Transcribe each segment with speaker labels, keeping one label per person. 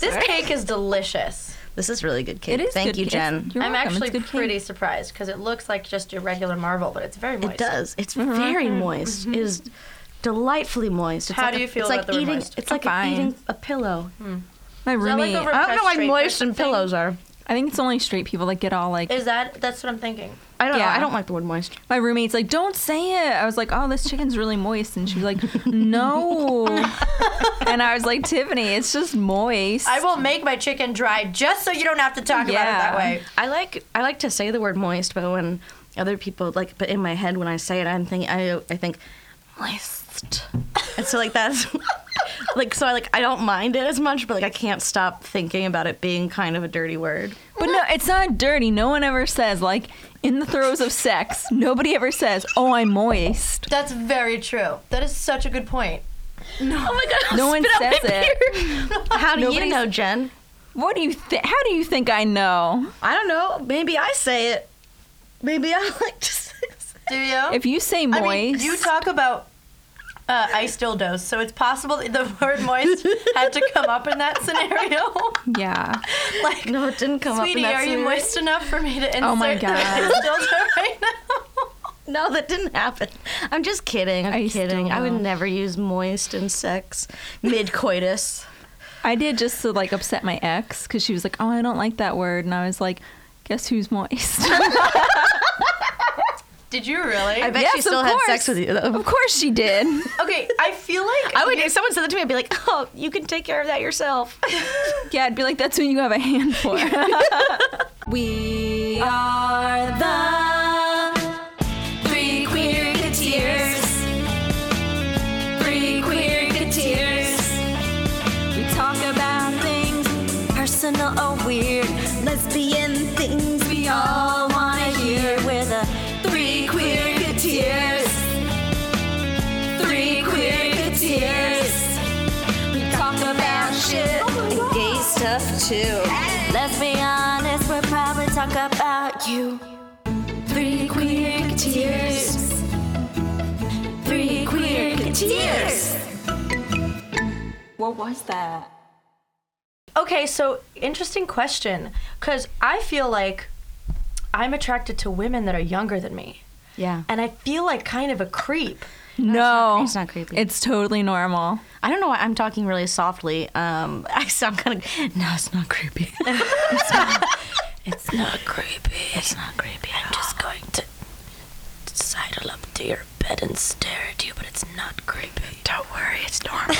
Speaker 1: This cake is delicious.
Speaker 2: This is really good cake.
Speaker 3: It is.
Speaker 2: Thank
Speaker 3: good
Speaker 2: you,
Speaker 3: cake.
Speaker 2: Jen.
Speaker 3: You're
Speaker 1: I'm
Speaker 3: welcome.
Speaker 1: actually
Speaker 3: it's good cake.
Speaker 1: pretty surprised because it looks like just your regular marble, but it's very moist.
Speaker 2: It does. It's very moist. It is delightfully moist. It's
Speaker 1: How
Speaker 2: like
Speaker 1: do
Speaker 2: a-
Speaker 1: you feel
Speaker 2: it's
Speaker 1: about
Speaker 2: like
Speaker 1: the word
Speaker 2: eating,
Speaker 1: moist?
Speaker 2: It's like
Speaker 3: I'm
Speaker 2: eating
Speaker 3: fine.
Speaker 2: a pillow.
Speaker 3: My
Speaker 1: that like
Speaker 3: roommate. Oh,
Speaker 1: over-
Speaker 2: I don't know why
Speaker 1: Frustrating
Speaker 2: moist and
Speaker 1: thing.
Speaker 2: pillows are.
Speaker 3: I think it's only straight people that get all like.
Speaker 1: Is that that's what I'm thinking?
Speaker 2: I don't
Speaker 3: Yeah.
Speaker 2: know. I don't like the word moist.
Speaker 3: my roommate's like, "Don't say it." I was like, "Oh, this chicken's really moist," and she was like, "No." and I was like, "Tiffany, it's just moist."
Speaker 1: I will make my chicken dry just so you don't have to talk about it that
Speaker 3: Yeah.
Speaker 1: way.
Speaker 2: I like I like to say the word moist, but when other people like, but in my head when I say it, I'm thinking I I think moist, and so like that's like so I like I don't mind it as much, but like I can't stop thinking about it being kind of a dirty word.
Speaker 3: But no, it's not dirty. No one ever says like in the throes of sex. Nobody ever says, "Oh, I'm moist."
Speaker 1: That's very true. That is such a good point.
Speaker 2: No. Oh my god!
Speaker 3: No one says it.
Speaker 2: How do you
Speaker 3: Nobody's-
Speaker 2: know, Jen?
Speaker 3: What do you think? How do you think I know?
Speaker 2: I don't know. Maybe I say it. Maybe I like to say
Speaker 1: Do you?
Speaker 3: If you say
Speaker 1: I
Speaker 3: moist,
Speaker 1: mean, you talk about uh, ice dildos, so it's possible that the word moist had to come up in that scenario.
Speaker 3: yeah.
Speaker 1: like,
Speaker 2: No, it didn't come
Speaker 1: sweetie,
Speaker 2: up. in that
Speaker 1: are you
Speaker 2: scenario.
Speaker 1: moist enough for me to insert
Speaker 3: Oh my
Speaker 1: the
Speaker 3: God.
Speaker 1: ice dildo right now?
Speaker 2: No, that didn't happen. I'm just kidding. I'm
Speaker 3: I
Speaker 2: kidding.
Speaker 3: still
Speaker 2: I would
Speaker 3: know.
Speaker 2: never use moist in sex mid coitus.
Speaker 3: I did just to like upset my ex because she was like, "Oh, I don't like that word," and I was like, "Guess who's moist?"
Speaker 1: Did you really?
Speaker 2: I bet
Speaker 3: Yes,
Speaker 2: she still
Speaker 3: of
Speaker 2: had
Speaker 3: course.
Speaker 2: sex with you.
Speaker 3: of
Speaker 2: Though.
Speaker 3: course she did.
Speaker 1: okay, I feel like
Speaker 2: I would. If someone said that to me, I'd be like, "Oh, you can take care of that yourself."
Speaker 3: Yeah, I'd be like, "That's when you have a hand for." we are the three queer Three queer We talk about things
Speaker 4: personal or weird, lesbian things we all wanna hear. We're the three queer tears. Three queer tears. We talk about shit
Speaker 3: Oh
Speaker 4: and gay stuff too. Let's be honest, we'll probably talk about you. Three queer tears. Three queer tears.
Speaker 3: What was that?
Speaker 1: Okay, so interesting question because I feel like I'm attracted to women that are younger than me,
Speaker 2: yeah,
Speaker 1: and I feel like kind of a creep.
Speaker 3: No,
Speaker 2: it's not creepy.
Speaker 3: It's totally normal.
Speaker 2: I don't know why I'm talking really softly. Um, I sound kind of. No, it's not creepy.
Speaker 1: It's not creepy. It's not creepy. I'm just going to sidle up to your bed and stare at you, but it's not creepy. Don't worry, it's normal.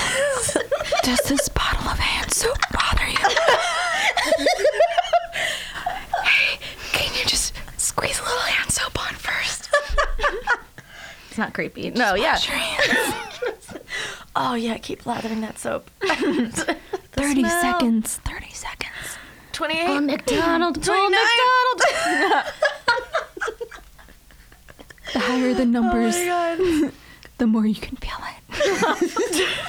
Speaker 3: Does this bottle of hand soap bother you?
Speaker 2: Can you just squeeze a little hand soap on first? it's not creepy. No, yeah.
Speaker 1: oh yeah, keep lathering that soap.
Speaker 3: 30 seconds. 30 seconds.
Speaker 1: Twenty-eight.
Speaker 2: McDonald's. McDonald's.
Speaker 3: The higher the numbers, the more you can feel it.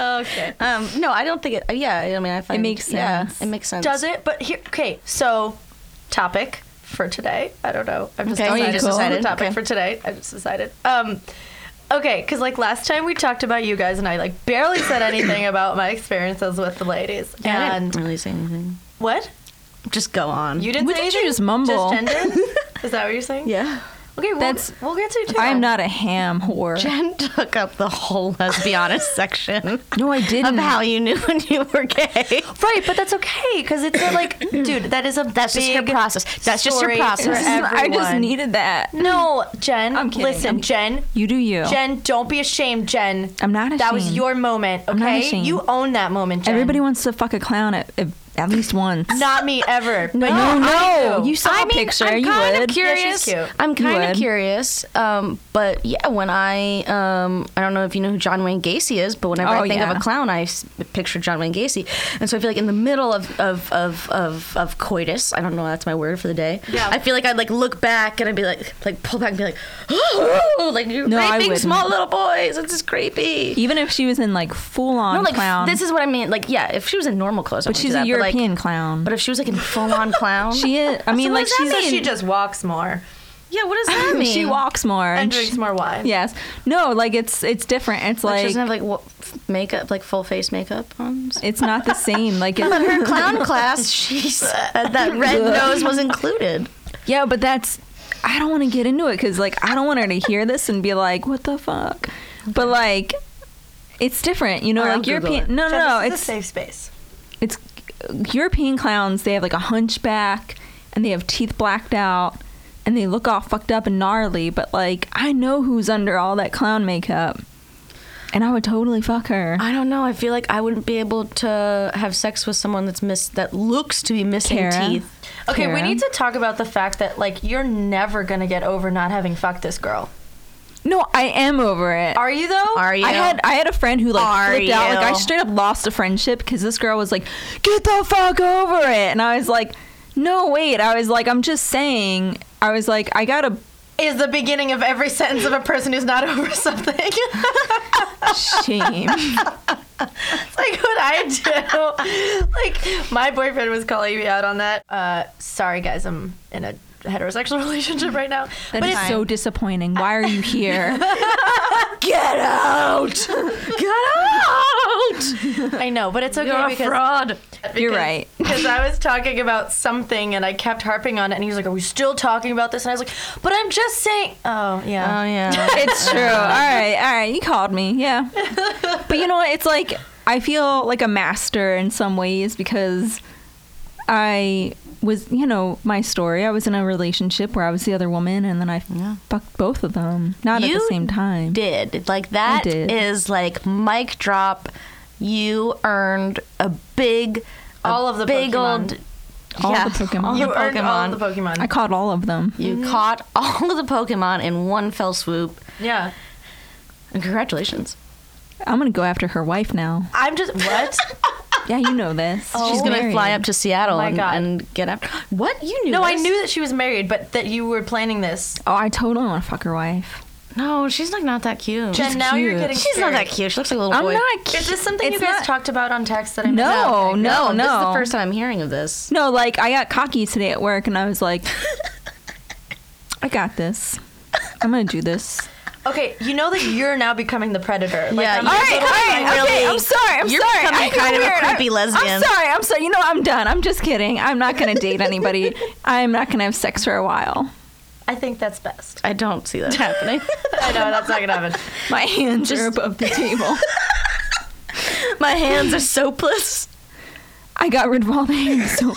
Speaker 1: okay.
Speaker 2: Um, no, I don't think it. Yeah, I mean, I find
Speaker 3: makes
Speaker 2: yeah,
Speaker 3: sense.
Speaker 2: it makes sense.
Speaker 1: Does it? But here, okay. So, topic for today. I don't know. I've just
Speaker 2: Okay,
Speaker 1: decided.
Speaker 2: you just decided.
Speaker 1: The topic
Speaker 2: Okay.
Speaker 1: for today. I just decided. Um, okay, because like last time we talked about you guys, and I like barely said anything about my experiences with the ladies.
Speaker 2: Yeah, I
Speaker 1: and
Speaker 2: didn't really say anything.
Speaker 1: what
Speaker 2: Just go on.
Speaker 1: you didn't?
Speaker 3: What
Speaker 1: say
Speaker 3: did you
Speaker 1: anything?
Speaker 3: just mumble?
Speaker 1: Just gender? Is that what you're saying?
Speaker 2: yeah.
Speaker 1: Okay. We'll,
Speaker 3: That's-
Speaker 1: we'll get to. it, Too.
Speaker 3: I'm not a ham whore.
Speaker 2: Jen took up the whole lesbianist section
Speaker 3: No, I
Speaker 2: of
Speaker 3: didn't.
Speaker 2: how you knew when you were gay.
Speaker 1: Right, but that's okay because it's a, like, dude, that is a
Speaker 2: That's just your
Speaker 1: big
Speaker 2: process. That's just your
Speaker 1: story
Speaker 2: process.
Speaker 1: for
Speaker 3: This is- I just
Speaker 1: everyone.
Speaker 3: needed that.
Speaker 1: No, Jen.
Speaker 3: I'm kidding.
Speaker 1: Listen,
Speaker 3: I'm-
Speaker 1: Jen.
Speaker 3: You do you.
Speaker 1: Jen, don't be ashamed, Jen.
Speaker 3: I'm not
Speaker 1: That was
Speaker 3: ashamed.
Speaker 1: your moment, okay?
Speaker 3: I'm not ashamed.
Speaker 1: You own that moment, Jen.
Speaker 3: Everybody wants to fuck a clown at, at, at least once.
Speaker 1: Not me ever. no,
Speaker 3: no. You saw a picture.
Speaker 2: I'm
Speaker 3: you
Speaker 2: kind
Speaker 3: would.
Speaker 2: of curious.
Speaker 1: Yeah, she's cute.
Speaker 2: I'm kind of
Speaker 3: would.
Speaker 2: curious. Um, but yeah, when I um, I don't know if you know who John Wayne Gacy is, but whenever
Speaker 3: Oh,
Speaker 2: I think of
Speaker 3: yeah.
Speaker 2: a clown, I s- picture John Wayne Gacy, and so I feel like in the middle of of of of, of coitus, I don't know, that's my word for the day.
Speaker 1: Yeah.
Speaker 2: I feel like I'd like look back and I'd be like like pull back and be like, oh, like you're
Speaker 3: No, I
Speaker 2: raping
Speaker 3: wouldn't.
Speaker 2: small little boys. This is creepy.
Speaker 3: Even if she was in like full on
Speaker 2: no, like
Speaker 3: clown.
Speaker 2: this is what I mean. Like yeah, if she was in normal clothes,
Speaker 3: but she's a
Speaker 2: that, But,
Speaker 3: European
Speaker 2: like,
Speaker 3: clown.
Speaker 2: but if she was like in full on clown,
Speaker 3: she is. I mean,
Speaker 2: what
Speaker 3: like
Speaker 2: does that
Speaker 3: she's.
Speaker 1: So
Speaker 2: mean?
Speaker 1: she just walks more.
Speaker 2: Yeah, what does that mean?
Speaker 3: she walks more.
Speaker 1: and
Speaker 3: she-
Speaker 1: drinks more wine.
Speaker 3: Yes. No, like it's it's different. It's
Speaker 2: Like,
Speaker 3: like
Speaker 2: she doesn't have like what, f- makeup, like full face makeup on. So-
Speaker 3: it's not the same. Like it,
Speaker 2: But her clown class, she said that red nose was included.
Speaker 3: yeah, but that's I don't want to get into it because like I don't want her to hear this and be like, what the fuck. But like, it's different. You know,
Speaker 2: Alright,
Speaker 3: like
Speaker 2: Oh, I'll Google
Speaker 3: European. No, no,
Speaker 1: Jeff, this
Speaker 3: no.
Speaker 1: is
Speaker 3: It's
Speaker 1: a safe space.
Speaker 3: it's European clowns. They have like a hunchback and they have teeth blacked out and they look all fucked up and gnarly. But like, I know who's under all that clown makeup, and I would totally fuck her.
Speaker 2: I don't know. I feel like I wouldn't be able to have sex with someone that's miss that looks to be missing
Speaker 3: Kara.
Speaker 2: teeth.
Speaker 1: Okay, we
Speaker 3: Kara.
Speaker 1: need to talk about the fact that like you're never gonna get over not having fucked this girl.
Speaker 3: No, I am over it.
Speaker 1: Are you though?
Speaker 2: Are you?
Speaker 3: I had I had a friend who like
Speaker 2: Are
Speaker 3: flipped out. Like I
Speaker 2: you?
Speaker 3: straight up lost a friendship because this girl was like, "Get the fuck over it," and I was like, "No, wait." I was like, "I'm just saying." I was like, "I gotta."
Speaker 1: Is the beginning of every sentence of a person who's not over something. it's
Speaker 3: Shame.
Speaker 1: like what I do. like my boyfriend was calling me out on that. Uh, sorry guys, I'm in a heterosexual relationship right now.
Speaker 3: That
Speaker 1: but
Speaker 3: is
Speaker 1: it's
Speaker 3: so disappointing. Why are you here?
Speaker 1: get out. Get out. I know, but it's okay
Speaker 2: You're a
Speaker 1: because
Speaker 2: fraud.
Speaker 1: Because-
Speaker 3: You're right.
Speaker 1: Because I was talking about something and I kept harping on it, and he was like, Are we still talking about this? And I was like, But I'm just saying. Oh,
Speaker 2: Oh
Speaker 3: Uh,
Speaker 1: yeah.
Speaker 2: yeah.
Speaker 3: It's true. All right, all right. You called me, yeah. But you know what? It's like I feel like a master in some ways because I was, you know, my story. I was in a relationship where I was the other woman, and then I fucked both of them, not at
Speaker 2: You
Speaker 3: the same time.
Speaker 2: did. Like that is
Speaker 3: did.
Speaker 2: like mic drop. You earned a big, a
Speaker 1: All of the
Speaker 2: big
Speaker 1: Pokemon.
Speaker 2: old.
Speaker 3: All
Speaker 2: yeah,
Speaker 3: the Pokemon.
Speaker 2: All
Speaker 1: you
Speaker 2: the
Speaker 1: earned all
Speaker 2: Pokemon.
Speaker 1: the Pokemon.
Speaker 3: I caught all of them.
Speaker 2: you
Speaker 1: Mm-hmm.
Speaker 2: caught all of the Pokemon in one fell swoop.
Speaker 1: yeah.
Speaker 2: And congratulations.
Speaker 3: I'm gonna go after her wife now.
Speaker 1: I'm just. What?
Speaker 3: Yeah, you know this.
Speaker 2: She's gonna
Speaker 3: married.
Speaker 2: fly up to Seattle
Speaker 1: Oh, My
Speaker 2: and,
Speaker 1: God.
Speaker 2: and get after. What you knew?
Speaker 1: no, I
Speaker 2: this?
Speaker 1: knew that she was married, but that you were planning this.
Speaker 3: Oh, I totally want to fuck her wife.
Speaker 2: No, she's like not that cute.
Speaker 1: Jen, now you're
Speaker 3: cute.
Speaker 1: getting.
Speaker 2: She's not that
Speaker 1: scared.
Speaker 2: cute. She looks like a little
Speaker 3: I'm
Speaker 2: Oh, boy.
Speaker 3: not.
Speaker 1: Is this something
Speaker 3: It's
Speaker 1: you guys
Speaker 3: not-
Speaker 1: talked about on text that I missed?
Speaker 3: No,
Speaker 1: Okay.
Speaker 3: no, no.
Speaker 2: This is the first time I'm hearing of this.
Speaker 3: No, like I got cocky today at work and I was like, I got this. I'm gonna do this.
Speaker 1: Okay, you know that you're now becoming the predator. Like,
Speaker 2: Yeah,
Speaker 1: I'm
Speaker 2: you-
Speaker 3: All
Speaker 1: like,
Speaker 3: right, all right, okay. I'm sorry. I'm
Speaker 2: You're
Speaker 3: sorry.
Speaker 2: becoming
Speaker 3: I feel
Speaker 2: kind of a
Speaker 3: weird.
Speaker 2: creepy
Speaker 3: I'm-
Speaker 2: lesbian.
Speaker 3: I'm sorry. I'm sorry. You know, I'm done. I'm just kidding. I'm not gonna date anybody. I'm not gonna have sex for a while.
Speaker 1: I think that's best.
Speaker 2: I don't see that happening.
Speaker 1: I know that's not gonna happen.
Speaker 3: My hands are above the table.
Speaker 2: My hands are soapless.
Speaker 3: I got rid of all the hands. So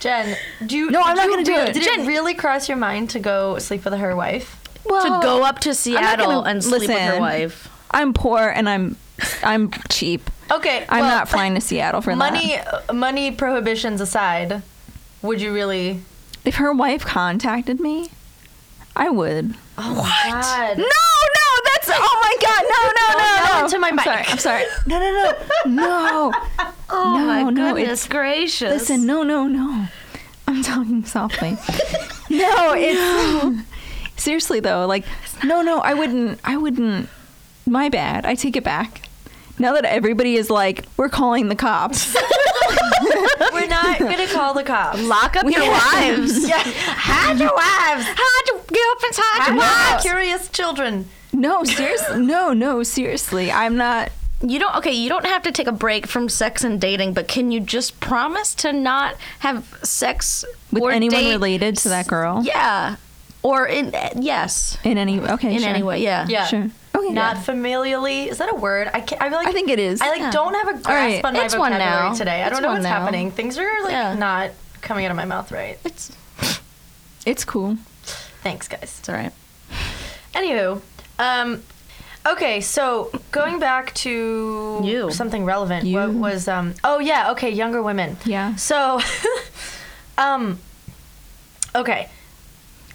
Speaker 1: Jen, do you?
Speaker 3: No, I'm
Speaker 1: did
Speaker 3: not
Speaker 1: you
Speaker 3: gonna do
Speaker 1: re-
Speaker 3: it.
Speaker 1: Did
Speaker 3: Jen-
Speaker 1: it really cross your mind to go sleep with her wife?
Speaker 3: well,
Speaker 2: to go up to Seattle
Speaker 3: gonna-
Speaker 2: and sleep with your
Speaker 3: listen.
Speaker 2: wife.
Speaker 3: I'm poor and I'm I'm cheap.
Speaker 1: Okay,
Speaker 3: I'm
Speaker 1: well,
Speaker 3: not flying to Seattle for that.
Speaker 1: money. uh, Money prohibitions aside, would you really?
Speaker 3: If her wife contacted me, I would.
Speaker 1: God.
Speaker 3: No, no, that's oh my god, no, no,
Speaker 1: Don't
Speaker 3: no,
Speaker 1: yell
Speaker 3: no.
Speaker 1: into my
Speaker 3: I'm
Speaker 1: mic.
Speaker 3: sorry, I'm sorry. No, no, no, no. Oh no,
Speaker 2: My
Speaker 3: no,
Speaker 2: goodness
Speaker 3: It's,
Speaker 2: gracious.
Speaker 3: listen, no, no, no. I'm talking softly. no, it's seriously though. Like, no, no, I wouldn't. I wouldn't. My bad. I take it back. Now that everybody is like, we're calling the cops.
Speaker 1: We're not gonna call the cops.
Speaker 2: lock up your wives.
Speaker 1: Yeah, hide your wives. Hide your girlfriends. Hide your wives. Curious children.
Speaker 3: no, seriously. No, no, seriously. I'm not.
Speaker 2: You don't. Okay, you don't have to take a break from sex and dating, but can you just promise to not have sex
Speaker 3: With
Speaker 2: or
Speaker 3: anyone
Speaker 2: date-
Speaker 3: related to that girl?
Speaker 2: Yeah, or in uh, yes,
Speaker 3: In any okay.
Speaker 2: in
Speaker 3: sure.
Speaker 2: any way. Yeah.
Speaker 1: Yeah.
Speaker 3: Sure. Okay.
Speaker 1: Not familially. Is that a word? I can't, I feel like
Speaker 3: I think it is.
Speaker 1: I like
Speaker 2: Yeah.
Speaker 1: don't have a grasp
Speaker 3: right,
Speaker 1: on my
Speaker 2: it's one
Speaker 1: vocabulary
Speaker 2: now.
Speaker 1: today. I
Speaker 2: It's
Speaker 1: don't know
Speaker 2: one
Speaker 1: what's
Speaker 2: now.
Speaker 1: happening. Things are like
Speaker 2: Yeah.
Speaker 1: not coming out of my mouth right.
Speaker 2: It's
Speaker 3: It's cool.
Speaker 1: Thanks, guys.
Speaker 2: it's all right.
Speaker 1: Anywho, um, okay, so going back to
Speaker 2: You.
Speaker 1: something relevant.
Speaker 3: You.
Speaker 1: What was um? Oh yeah, okay, younger women.
Speaker 3: Yeah.
Speaker 1: So, um, okay,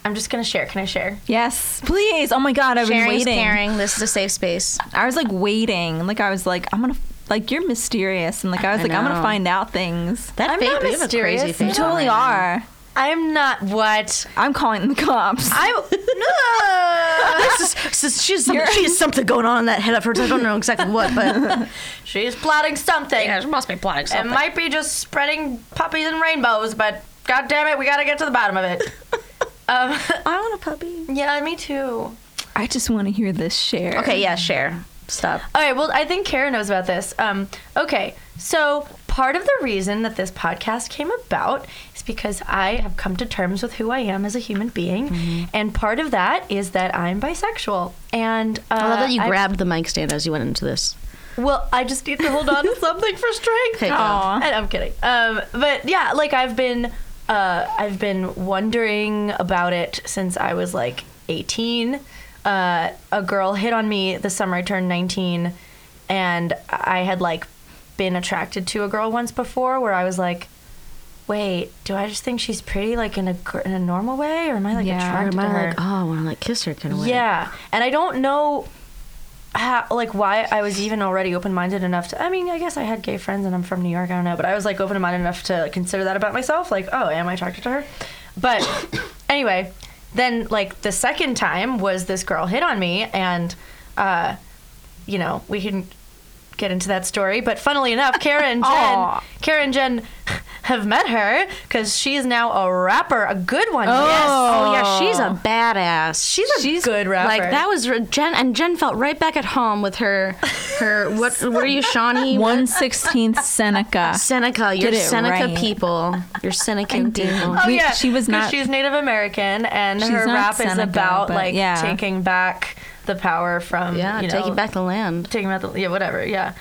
Speaker 1: I'm just gonna share. Can I share?
Speaker 3: Yes, please. Oh my god, I've
Speaker 2: Sharing
Speaker 3: been
Speaker 2: is
Speaker 3: waiting.
Speaker 2: caring. This is a safe space.
Speaker 3: I was like waiting. Like I was like, I'm gonna like you're mysterious, and like I was
Speaker 2: I
Speaker 3: like, I'm gonna
Speaker 2: know.
Speaker 3: find out things.
Speaker 2: That
Speaker 1: I'm
Speaker 2: fa-
Speaker 1: not
Speaker 2: we have a
Speaker 1: mysterious.
Speaker 2: crazy
Speaker 1: You
Speaker 3: You
Speaker 2: face on
Speaker 3: totally
Speaker 2: right now.
Speaker 3: are.
Speaker 1: I'm not what
Speaker 3: I'm calling the cops.
Speaker 1: I no.
Speaker 2: This is, this is- she's something, she has something going on in that head of hers. I don't know exactly what, but
Speaker 1: She's plotting something.
Speaker 2: she must be plotting
Speaker 1: It might be just spreading puppies and rainbows, but god damn it, we gotta get to the bottom of it. Um,
Speaker 2: I want a puppy.
Speaker 1: yeah, me too.
Speaker 3: I just want to hear this share.
Speaker 2: Okay, yeah, share. Stop.
Speaker 1: All right. Well, I think Karen knows about this. Um, okay. So part of the reason that this podcast came about is because I have come to terms with who I am as a human being,
Speaker 2: Mm-hmm.
Speaker 1: and part of that is that I'm bisexual. And uh,
Speaker 2: I love that you
Speaker 1: I-
Speaker 2: grabbed the mic stand as you went into this.
Speaker 1: Well, I just need to hold on to something for strength.
Speaker 2: Okay, go. Aw.
Speaker 1: And I'm kidding. Um, but yeah, like I've been, uh, I've been wondering about it since I was like 18. Uh, a girl hit on me the summer I turned 19, and I had like been attracted to a girl once before, where I was like. Wait, do I just think she's pretty, like in a gr- in a normal way, or am I like
Speaker 3: Yeah.
Speaker 1: attracted
Speaker 2: Am
Speaker 1: to her?
Speaker 2: I like, oh, I want to like kiss her kind of way?
Speaker 1: Yeah, and I don't know how, like why I was even already open-minded enough to. I mean, I guess I had gay friends, and I'm from New York. I don't know, but I was like open-minded enough to like, consider that about myself. Like, oh, am I attracted to her? But anyway, then like the second time was this girl hit on me, and uh, you know we can get into that story. But funnily enough, Karen and Jen,
Speaker 3: Aw.
Speaker 1: Karen and Jen. Have met her because she is now a rapper, a good one.
Speaker 2: Oh yeah, she's a badass.
Speaker 1: She's a good rapper.
Speaker 2: Like that was re- Jen, and Jen felt right back at home with her, her what? What are you, Shawnee?
Speaker 3: One sixteenth Seneca.
Speaker 2: Seneca. Your
Speaker 3: Did it
Speaker 2: Seneca
Speaker 3: right.
Speaker 1: people.
Speaker 2: Your Seneca
Speaker 3: did.
Speaker 2: people.
Speaker 1: Oh
Speaker 3: We-
Speaker 1: yeah,
Speaker 3: she was
Speaker 1: 'cause
Speaker 3: not-
Speaker 1: She's Native American, and
Speaker 3: She's
Speaker 1: her
Speaker 3: not
Speaker 1: rap is
Speaker 3: Seneca,
Speaker 1: about
Speaker 3: but
Speaker 1: like
Speaker 3: yeah.
Speaker 1: taking back the power from
Speaker 2: Yeah,
Speaker 1: you know,
Speaker 2: taking back the land.
Speaker 1: taking back the yeah whatever yeah.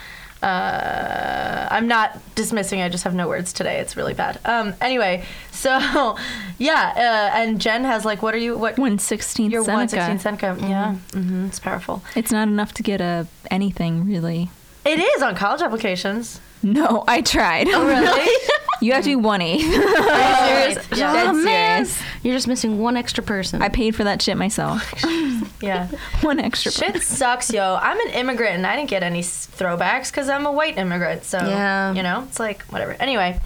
Speaker 1: Uh, I'm not dismissing. I just have no words today. It's really bad. Um. Anyway, so yeah, uh, and Jen has like, what are you? What
Speaker 3: One sixteenth
Speaker 1: your one
Speaker 3: Seneca. Mm-hmm.
Speaker 1: sixteen Seneca? Yeah, hmm it's powerful.
Speaker 3: It's not enough to get a anything really.
Speaker 1: It is on college applications.
Speaker 3: No, I tried.
Speaker 1: Really?
Speaker 3: you have to do one eighth.
Speaker 1: serious?
Speaker 3: Dead serious.
Speaker 2: Oh, You're just missing one extra person.
Speaker 3: I paid for that shit myself.
Speaker 1: yeah.
Speaker 3: one extra.
Speaker 1: Shit sucks, yo. I'm an immigrant and I didn't get any s- throwbacks because I'm a white immigrant. So,
Speaker 2: Yeah.
Speaker 1: you know, it's like, whatever. Anyway,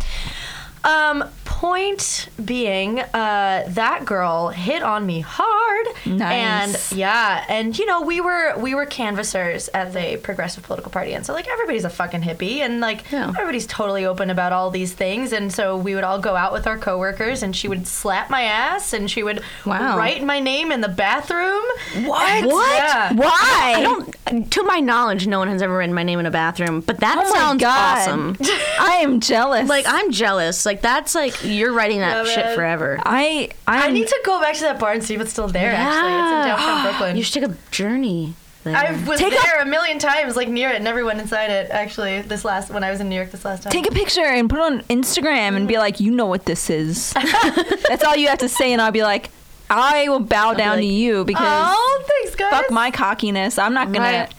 Speaker 1: um, point being, uh, that girl hit on me hard.
Speaker 3: Nice.
Speaker 1: And yeah, and you know, we were we were canvassers at the progressive political party, and so like everybody's a fucking hippie, and like
Speaker 2: Yeah.
Speaker 1: everybody's totally open about all these things, and so we would all go out with our coworkers, and she would slap my ass, and she would
Speaker 2: Wow.
Speaker 1: write my name in the bathroom.
Speaker 2: What?
Speaker 1: What?
Speaker 2: What?
Speaker 1: Yeah.
Speaker 2: Why? I don't. To my knowledge, no one has ever written my name in a bathroom. But that
Speaker 3: Oh my
Speaker 2: sounds
Speaker 3: God.
Speaker 2: awesome.
Speaker 3: I am jealous.
Speaker 2: Like I'm jealous. Like that's like you're writing that
Speaker 1: Yeah, man.
Speaker 2: shit forever.
Speaker 3: I I'm,
Speaker 1: I need to go back to that bar and see if it's still there. Actually, it's in
Speaker 2: Yeah.
Speaker 1: downtown Brooklyn.
Speaker 2: You should take a journey. There.
Speaker 1: I was
Speaker 3: Take a-
Speaker 1: there a, million times, like near it, and everyone inside it. Actually, this last when I was in New York this last time.
Speaker 3: take a picture and put it on Instagram and be like, you know what this is. That's all you have to say, and I'll be like, I will bow down
Speaker 2: like,
Speaker 3: to you because
Speaker 1: oh, thanks, guys.
Speaker 3: fuck my cockiness. I'm not gonna.
Speaker 2: Right.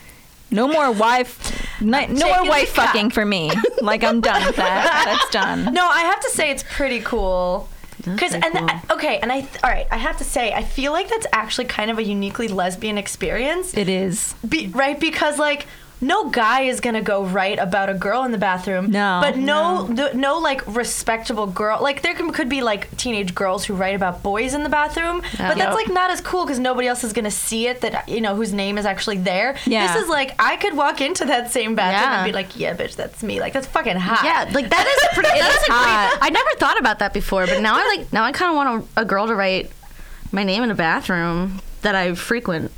Speaker 3: No more wife. ni- No more
Speaker 1: taking
Speaker 3: wife
Speaker 1: the cock.
Speaker 3: fucking for me. Like I'm done with that. That's done.
Speaker 1: No, I have to say it's pretty cool. Because and
Speaker 2: pretty
Speaker 1: I- okay, and I all right. I have to say I feel like that's actually kind of a uniquely lesbian experience,
Speaker 3: It is.
Speaker 1: Be, right? Because like no guy is gonna go right about a girl in the bathroom.
Speaker 3: No.
Speaker 1: but no, no, no like respectable girl. Like there can, could be like teenage girls who write about boys in the bathroom, but that's
Speaker 3: Yep.
Speaker 1: like not as cool because nobody else is gonna see it. That you know whose name is actually there.
Speaker 3: Yeah.
Speaker 1: this is like I could walk into that same bathroom
Speaker 2: Yeah.
Speaker 1: and be like, yeah, bitch, that's me. Like that's fucking hot.
Speaker 2: Yeah, like that is pretty. that is a
Speaker 3: hot.
Speaker 2: great. I never thought about that before, but now I like. Now I kind of want a, a girl to write my name in a bathroom that I frequent.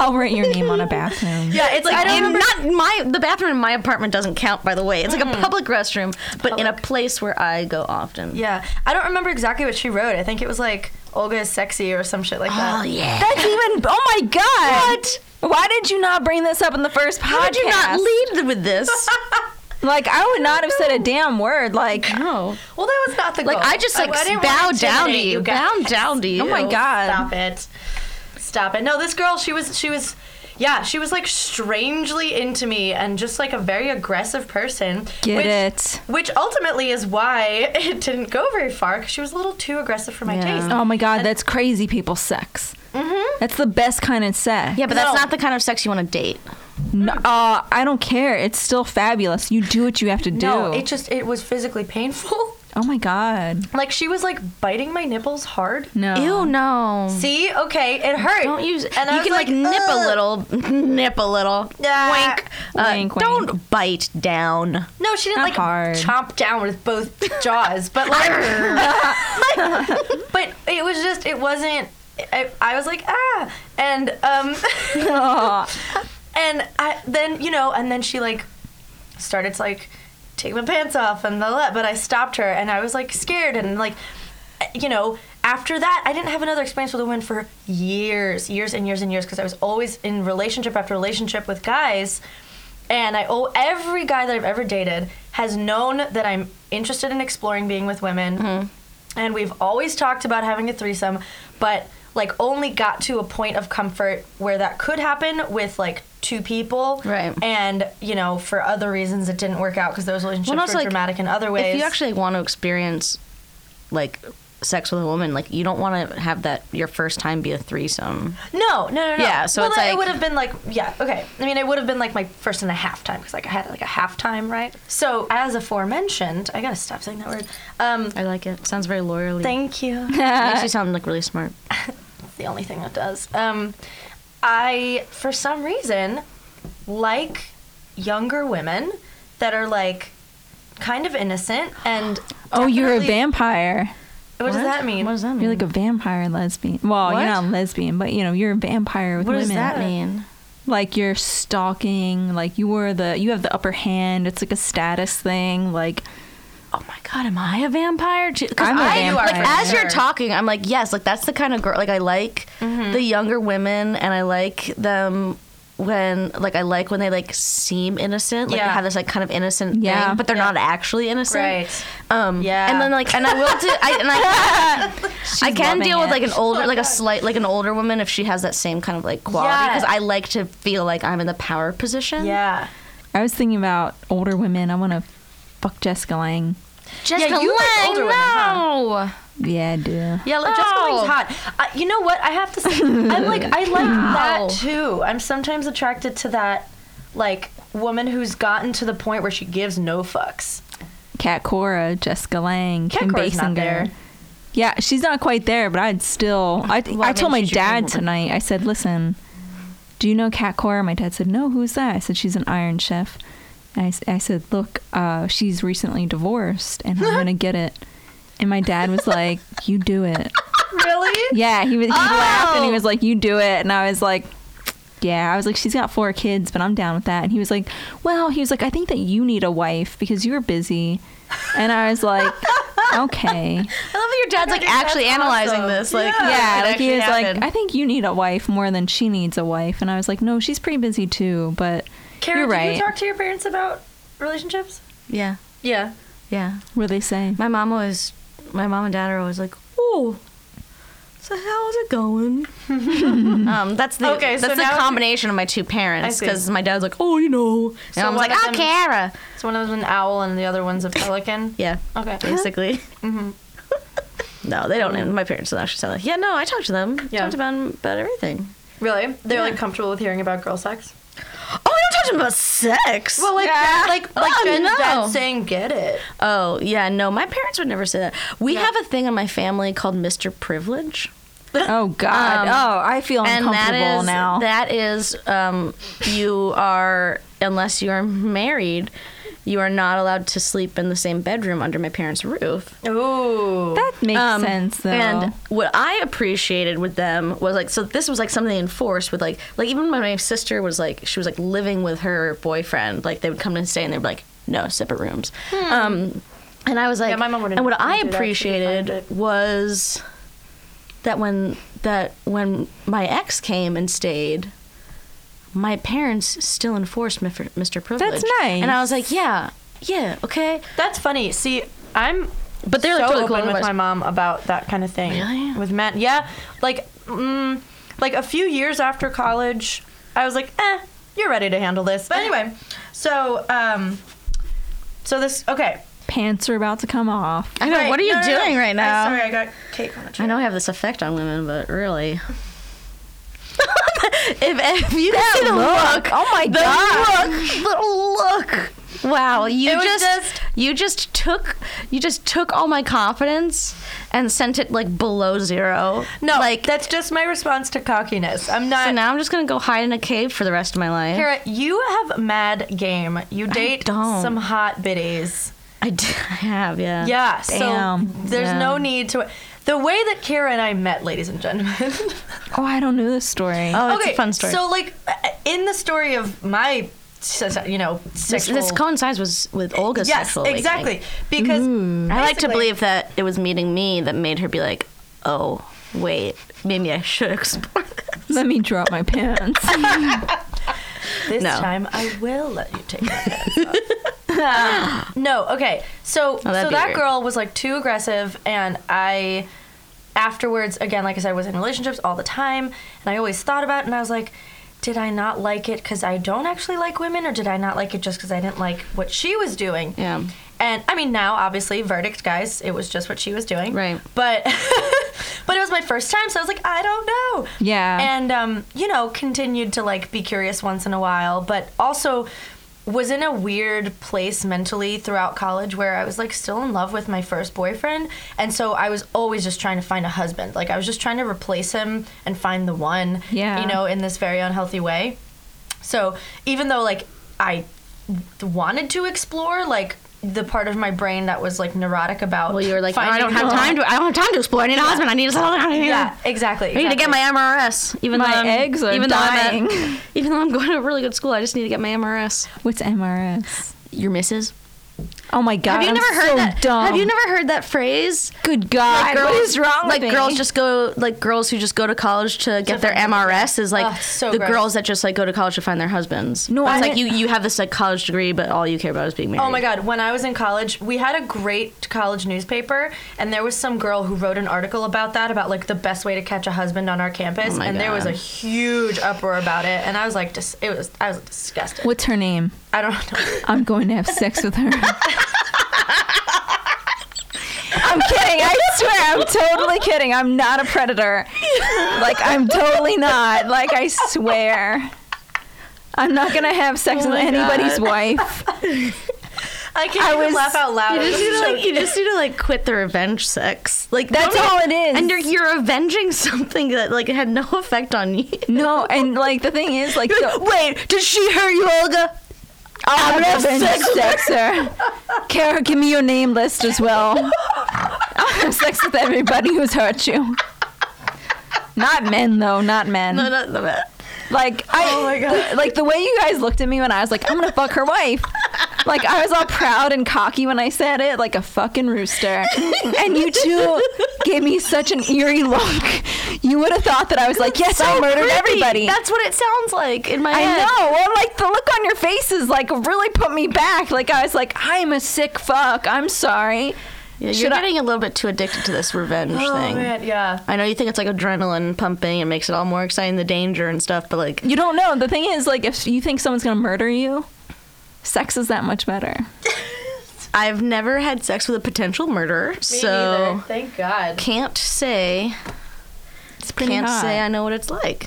Speaker 3: I'll write your name on a bathroom.
Speaker 1: Yeah, it's like I
Speaker 2: Like,
Speaker 1: don't
Speaker 2: in
Speaker 1: remember-
Speaker 2: not my the bathroom in my apartment doesn't count. By the way, it's like a public restroom, but in a place where I go often.
Speaker 1: Yeah, I don't remember exactly what she wrote. I think it was like Olga is sexy or some shit like that.
Speaker 2: Oh yeah.
Speaker 3: That's even. Oh my god. What? Why did you not bring this up in the first podcast?
Speaker 2: How did you not lead with this?
Speaker 3: Like I would not have said a damn word. Like
Speaker 2: No.
Speaker 1: Well, that was not the
Speaker 2: Like
Speaker 1: goal.
Speaker 2: Oh, I just like
Speaker 1: didn't
Speaker 2: bow
Speaker 1: wanna
Speaker 2: down to
Speaker 1: intimidate
Speaker 2: you,
Speaker 1: guys.
Speaker 2: bow down to you.
Speaker 3: oh my god.
Speaker 1: Stop it. Stop it. No, this girl, she was, she was, yeah, she was like strangely into me and just like a very aggressive person.
Speaker 3: Get
Speaker 1: which,
Speaker 3: it.
Speaker 1: Which ultimately is why it didn't go very far because she was a little too aggressive for my
Speaker 2: Yeah.
Speaker 1: taste.
Speaker 3: Oh my god. That's crazy. People sex. Mm-hmm. That's the best kind of sex.
Speaker 2: Yeah, but that's
Speaker 1: No.
Speaker 2: not the kind of sex you want to date.
Speaker 3: No, uh, I don't care. It's still fabulous. You do what you have to do.
Speaker 1: No, it just, it was physically painful.
Speaker 3: Oh my god.
Speaker 1: Like she was like biting my nipples hard.
Speaker 3: No.
Speaker 2: Ew, no.
Speaker 1: See, okay, it hurt.
Speaker 2: Don't use. And
Speaker 1: And I
Speaker 2: you
Speaker 1: was
Speaker 2: can like, nip
Speaker 1: "Ugh."
Speaker 2: a little, nip a little.
Speaker 1: Ah.
Speaker 2: Wink. Uh,
Speaker 3: Wink, wink.
Speaker 2: Don't bite down.
Speaker 1: No, she didn't
Speaker 3: Not
Speaker 1: like
Speaker 3: hard.
Speaker 1: chomp down with both jaws, but like, but it was just it wasn't. I, I was like ah, and um, and I then you know, and then she like started to like take my pants off and the but I stopped her and I was like scared and like you know after that I didn't have another experience with a woman for years years and years and years because I was always in relationship after relationship with guys and I owe every guy that I've ever dated has known that I'm interested in exploring being with women and we've always talked about having a threesome but like only got to a point of comfort where that could happen with like two people
Speaker 2: Right.
Speaker 1: and you know for other reasons it didn't work out because those relationships
Speaker 2: Well,
Speaker 1: were
Speaker 2: also, like,
Speaker 1: dramatic in other ways
Speaker 2: If you actually want to experience, like, sex with a woman, like you don't want to have that your first time be a threesome.
Speaker 1: no no no no
Speaker 2: Yeah, so
Speaker 1: well,
Speaker 2: it's
Speaker 1: then it
Speaker 2: like-
Speaker 1: would have been like yeah okay i mean it would have been like my first and a half time because like i had like a half time right so as aforementioned i gotta stop saying that word um
Speaker 2: I like it. Sounds very lawyerly.
Speaker 1: thank you
Speaker 2: Makes you sound like really smart.
Speaker 1: the only thing that does. Um, I, for some reason, like younger women that are like kind of innocent and.
Speaker 3: oh, you're a
Speaker 1: definitely-
Speaker 3: vampire.
Speaker 1: What, does that mean?
Speaker 2: What does that mean?
Speaker 3: You're like a vampire lesbian. Well,
Speaker 1: What?
Speaker 3: you're not lesbian, but you know, you're a vampire with
Speaker 2: what
Speaker 3: women.
Speaker 2: does that mean?
Speaker 3: Like you're stalking, like you are the you have the upper hand. It's like a status thing. Like
Speaker 2: Oh my god, am I a vampire? too? 'Cause
Speaker 3: I'm a
Speaker 2: I-
Speaker 3: vampire.
Speaker 2: Like as
Speaker 1: Sure.
Speaker 2: you're talking, I'm like, yes, like that's the kind of girl. Like I like
Speaker 1: Mm-hmm.
Speaker 2: the younger women, and I like them when, like, I like when they like seem innocent. Like
Speaker 1: Yeah.
Speaker 2: they have this like kind of innocent
Speaker 3: Yeah.
Speaker 2: thing, but they're
Speaker 1: Yeah.
Speaker 2: not actually innocent.
Speaker 1: Right.
Speaker 2: Um,
Speaker 1: Yeah.
Speaker 2: And then like, and I will do. I, and I, I can
Speaker 3: loving
Speaker 2: deal
Speaker 3: it.
Speaker 2: with like
Speaker 1: Oh
Speaker 2: an older, like a slight, like an older woman if she has that same kind of like quality
Speaker 1: Yeah.
Speaker 2: because I like to feel like I'm in the power position.
Speaker 1: yeah.
Speaker 3: I was thinking about older women. I want to fuck Jessica Lang.
Speaker 2: Jessica
Speaker 1: you like
Speaker 2: Lange,
Speaker 1: older women, huh?
Speaker 2: no.
Speaker 3: Yeah, I do.
Speaker 1: Yeah, like, Jessica
Speaker 2: Oh.
Speaker 1: Lange's hot. Uh, you know what? I have to say, I'm like, I like
Speaker 2: Wow.
Speaker 1: that too. I'm sometimes attracted to that, like, woman who's gotten to the point where she gives no fucks.
Speaker 3: Kat Cora, Jessica Lang,
Speaker 1: Kat
Speaker 3: Kim
Speaker 1: Cora's
Speaker 3: Basinger.
Speaker 1: not there.
Speaker 3: Yeah, she's not quite there, but I'd still. I,
Speaker 2: Well,
Speaker 3: I
Speaker 2: I
Speaker 3: told
Speaker 2: mean,
Speaker 3: my
Speaker 2: she's your
Speaker 3: dad
Speaker 2: favorite.
Speaker 3: tonight. I said, "Listen, do you know Kat Cora?" My dad said, "No, who's that?" I said, "She's an Iron Chef." And I s- I, said, "Look, uh, she's recently divorced, and I'm gonna get it." And my dad was like, "You do it."
Speaker 1: Really?
Speaker 3: Yeah, he was. He laughed
Speaker 2: Oh!
Speaker 3: and he was like, "You do it," and I was like. Yeah, I was like, she's got four kids, but I'm down with that. And he was like, well, he was like, I think that you need a wife because you're busy. And I was like, okay.
Speaker 2: I love that your dad's like actually analyzing this. Like,
Speaker 1: Yeah.
Speaker 3: yeah, like he was like,
Speaker 2: happened.
Speaker 3: I think you need a wife more than she needs a wife. And I was like, no, she's pretty busy too, but
Speaker 1: Kara,
Speaker 3: you're
Speaker 1: did
Speaker 3: right.
Speaker 1: you talk to your parents about relationships?
Speaker 2: yeah,
Speaker 1: Yeah.
Speaker 2: yeah.
Speaker 3: what do they say?
Speaker 2: My mom always, my mom and dad are always like, oh, so how's it going? um, that's the
Speaker 1: Okay, so
Speaker 2: that's the
Speaker 1: now-
Speaker 2: combination of my two
Speaker 1: I
Speaker 2: parents
Speaker 1: see.
Speaker 2: because my dad's like, oh, you know, and
Speaker 1: So
Speaker 2: I'm
Speaker 1: one
Speaker 2: like,
Speaker 1: of
Speaker 2: oh,
Speaker 1: them-
Speaker 2: Kara.
Speaker 1: So one of them's an owl and the other one's a pelican.
Speaker 2: Yeah,
Speaker 1: Okay.
Speaker 2: basically.
Speaker 1: Mm-hmm.
Speaker 2: no, they don't. My parents don't actually tell that. Yeah, no, I talked to them.
Speaker 1: Yeah.
Speaker 2: Talked about about everything.
Speaker 1: Really? They're like comfortable with hearing about girl sex.
Speaker 2: Oh, I don't talk to them about sex.
Speaker 1: Well, like like like
Speaker 2: Oh,
Speaker 1: Jen's
Speaker 2: no.
Speaker 1: dad saying, "Get it."
Speaker 2: Oh, yeah, no, my parents would never say that. We
Speaker 1: Yeah.
Speaker 2: have a thing in my family called Mr. Privilege.
Speaker 3: Oh, God.
Speaker 2: Um,
Speaker 3: oh, I feel
Speaker 2: And that
Speaker 3: uncomfortable
Speaker 2: is
Speaker 3: now.
Speaker 2: that is um, you are unless you are married, you are not allowed to sleep in the same bedroom under my parents' roof.
Speaker 1: Ooh.
Speaker 3: that makes
Speaker 2: Um,
Speaker 3: sense, though.
Speaker 2: And what I appreciated with them was like so this was like something they enforced with like like even when my sister was like she was like living with her boyfriend, like they would come to stay and they'd be like, No, separate rooms. Um and I was like
Speaker 1: Yeah, my mom wouldn't-
Speaker 2: and what
Speaker 1: wouldn't
Speaker 2: I
Speaker 1: do that. She'd be fine with
Speaker 2: appreciated
Speaker 1: it.
Speaker 2: was that when that when my ex came and stayed my parents still enforced Mif- Mr. Privilege.
Speaker 3: nice.
Speaker 2: And I was like, yeah, yeah, okay.
Speaker 1: That's funny. See, I'm
Speaker 2: But they're,
Speaker 1: so
Speaker 2: like, totally cool
Speaker 1: open with
Speaker 2: otherwise.
Speaker 1: my mom about that kind of thing.
Speaker 2: Really?
Speaker 1: With men, yeah. Like, mm, like a few years after college, I was like, "Eh, you're ready to handle this." But anyway, so um, so this okay.
Speaker 3: Pants are about to come off.
Speaker 2: I know,
Speaker 1: Right,
Speaker 2: what are you
Speaker 1: no, no, no.
Speaker 2: doing right
Speaker 1: I'm
Speaker 2: now?
Speaker 1: sorry, I got cake on the chair.
Speaker 2: I know I have this effect on women, but really. if, if you can see the look,
Speaker 3: Oh, my
Speaker 2: the
Speaker 3: God.
Speaker 2: look, the look. Wow, you
Speaker 1: It was
Speaker 2: just,
Speaker 1: just-
Speaker 2: You just took you just took all my confidence and sent it like below zero.
Speaker 1: No,
Speaker 2: like
Speaker 1: like that's just my response to cockiness. I'm
Speaker 2: so
Speaker 1: not.
Speaker 2: now I'm just gonna go hide in a cave for the rest of my life.
Speaker 1: Kara, you have mad game. You date
Speaker 2: don't.
Speaker 1: some hot biddies.
Speaker 2: I, d- I have, yeah.
Speaker 1: Yeah,
Speaker 3: Damn.
Speaker 1: so there's
Speaker 2: Yeah.
Speaker 1: no need to. The way that Kara and I met, ladies and gentlemen.
Speaker 3: Oh, I don't know this story.
Speaker 2: Oh, it's a fun story.
Speaker 1: So, like, uh, in the story of my, s- you know,
Speaker 2: this,
Speaker 1: sexual.
Speaker 2: this coincides was with Olga's
Speaker 1: yes,
Speaker 2: sexual mm. awakening.
Speaker 1: exactly. Because
Speaker 2: I like to
Speaker 1: basically-
Speaker 2: believe that it was meeting me that made her be like, oh, wait, maybe I should explore.
Speaker 3: Let me drop my pants.
Speaker 1: This
Speaker 2: No.
Speaker 1: time I will let you take my pants off. Um, no, okay. So so
Speaker 2: Oh, that'd
Speaker 1: that
Speaker 2: be weird.
Speaker 1: girl was like too aggressive and I afterwards again like I said was in relationships all the time and I always thought about it and I was like did I not like it cuz I don't actually like women or did I not like it just cuz I didn't like what she was doing?
Speaker 2: Yeah.
Speaker 1: And I mean now obviously verdict guys, it was just what she was doing.
Speaker 2: Right.
Speaker 1: But but it was my first time so I was like I don't know.
Speaker 3: Yeah.
Speaker 1: And um, you know, continued to like be curious once in a while, but also was in a weird place mentally throughout college where I was like still in love with my first boyfriend, and so I was always just trying to find a husband. Like I was just trying to replace him and find the one.
Speaker 3: Yeah.
Speaker 1: You know, in this very unhealthy way. So even though like I w- wanted to explore like the part of my brain that was like neurotic about
Speaker 2: Well, you were like, "No, I
Speaker 1: finding
Speaker 2: don't have
Speaker 1: the
Speaker 2: time
Speaker 1: one."
Speaker 2: to. I don't have time to explore. I need a husband. I need to settle down here.
Speaker 1: yeah exactly,
Speaker 2: I need to get
Speaker 1: exactly.
Speaker 2: my MRS. Even
Speaker 3: My
Speaker 2: though I'm,
Speaker 3: eggs are
Speaker 2: even Though I'm
Speaker 3: dying.
Speaker 2: at, even though I'm going to a really good school, I just need to get my MRS.
Speaker 3: What's MRS?
Speaker 2: Your missus.
Speaker 3: Oh my god.
Speaker 2: Have you
Speaker 3: I'm
Speaker 2: never heard
Speaker 3: so
Speaker 2: that?
Speaker 3: Dumb.
Speaker 2: Have you never heard that phrase?
Speaker 3: Good God. what is wrong
Speaker 2: like
Speaker 3: with
Speaker 2: girls
Speaker 3: me?
Speaker 2: just go like girls who just go to college to get their MRS is like
Speaker 1: Ugh, so
Speaker 2: the
Speaker 1: gross.
Speaker 2: girls that just like go to college to find their husbands.
Speaker 3: No,
Speaker 2: it's
Speaker 3: I
Speaker 2: like you
Speaker 3: didn't-
Speaker 2: you have this like college degree, but all you care about is being married.
Speaker 1: Oh my god, when I was in college, we had a great college newspaper and there was some girl who wrote an article about that about like the best way to catch a husband on our campus
Speaker 2: Oh my
Speaker 1: and there was a
Speaker 2: God.
Speaker 1: huge uproar about it and I was like dis- it was I was disgusted.
Speaker 3: What's her name?
Speaker 1: I don't know.
Speaker 3: I'm going to have sex with her. I'm kidding. I swear. I'm totally kidding. I'm not a predator. Like, I'm totally not. Like, I swear. I'm not going to have
Speaker 2: Oh
Speaker 3: sex with anybody's wife.
Speaker 1: I can
Speaker 3: I
Speaker 1: not
Speaker 3: was-
Speaker 1: even laugh out loud.
Speaker 2: You
Speaker 1: This
Speaker 2: just need
Speaker 1: is
Speaker 2: to
Speaker 1: so-
Speaker 2: like you just need to like quit the revenge sex. Like
Speaker 3: That's
Speaker 2: don't-
Speaker 3: all it is.
Speaker 2: And you're you're avenging something that like had no effect on you.
Speaker 3: No, and like, the thing is, like, so,
Speaker 2: Wait, did she hurt you, Olga?
Speaker 3: I'm not sex her. Kara, give me your name list as well. I'll have sex with everybody who's hurt you. Not men, though. Not men.
Speaker 2: No, Oh not the bad.
Speaker 3: Like I, the- like the way you guys looked at me when I was like, I'm gonna fuck her wife. Like I was all proud and cocky when I said it, like a fucking rooster. And you two gave me such an eerie look. You would have thought that I was like, yes, I murdered
Speaker 2: Creepy.
Speaker 3: everybody.
Speaker 2: That's what it sounds like in my
Speaker 3: I
Speaker 2: head.
Speaker 3: know. Well, like the look on your faces, like really put me back. Like I was like, I'm a sick fuck. I'm sorry.
Speaker 2: Yeah, you're
Speaker 3: Should I-
Speaker 2: getting a little bit too addicted to this revenge
Speaker 1: Oh
Speaker 2: thing.
Speaker 1: man, yeah.
Speaker 2: I know you think it's like adrenaline pumping and makes it all more exciting, the danger and stuff, but like
Speaker 3: You don't know. The thing is, like, if you think someone's gonna murder you, sex is that much better.
Speaker 2: I've never had sex with a potential murderer,
Speaker 1: Me
Speaker 2: so
Speaker 1: neither. Thank God.
Speaker 2: can't say
Speaker 3: It's pretty
Speaker 2: can't
Speaker 3: hot.
Speaker 2: say I know what it's like.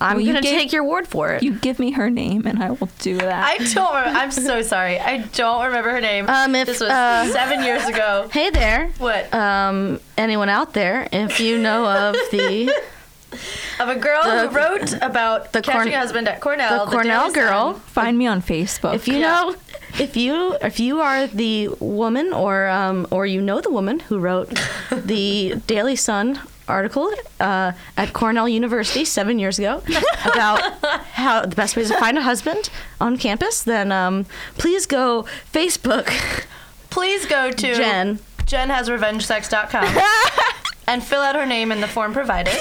Speaker 2: I'm
Speaker 3: Well, you
Speaker 2: gonna
Speaker 3: gave-
Speaker 2: take your word for it.
Speaker 3: You give me her name and I will do
Speaker 1: I
Speaker 3: that.
Speaker 1: don't remember. I'm so sorry. I don't remember her name.
Speaker 2: Um, if,
Speaker 1: this was
Speaker 2: uh,
Speaker 1: 7 years ago.
Speaker 2: hey there,
Speaker 1: What?
Speaker 2: um, anyone out there? If you know of the
Speaker 1: of a girl
Speaker 2: the-
Speaker 1: who wrote about
Speaker 2: the
Speaker 1: the catching
Speaker 2: Corn-
Speaker 1: a husband at
Speaker 2: the
Speaker 1: Cornell.
Speaker 2: Cornell
Speaker 1: Daily Sun.
Speaker 2: girl,
Speaker 3: Find me on Facebook.
Speaker 2: if you know, if you if you are the woman or um, or you know the woman who wrote the Daily Sun article uh, at Cornell University seven years ago about how the best ways to find a husband on campus, then um, please go Facebook
Speaker 1: Please go to
Speaker 2: Jen.
Speaker 1: jenhasrevengesex.com and fill out her name in the form provided.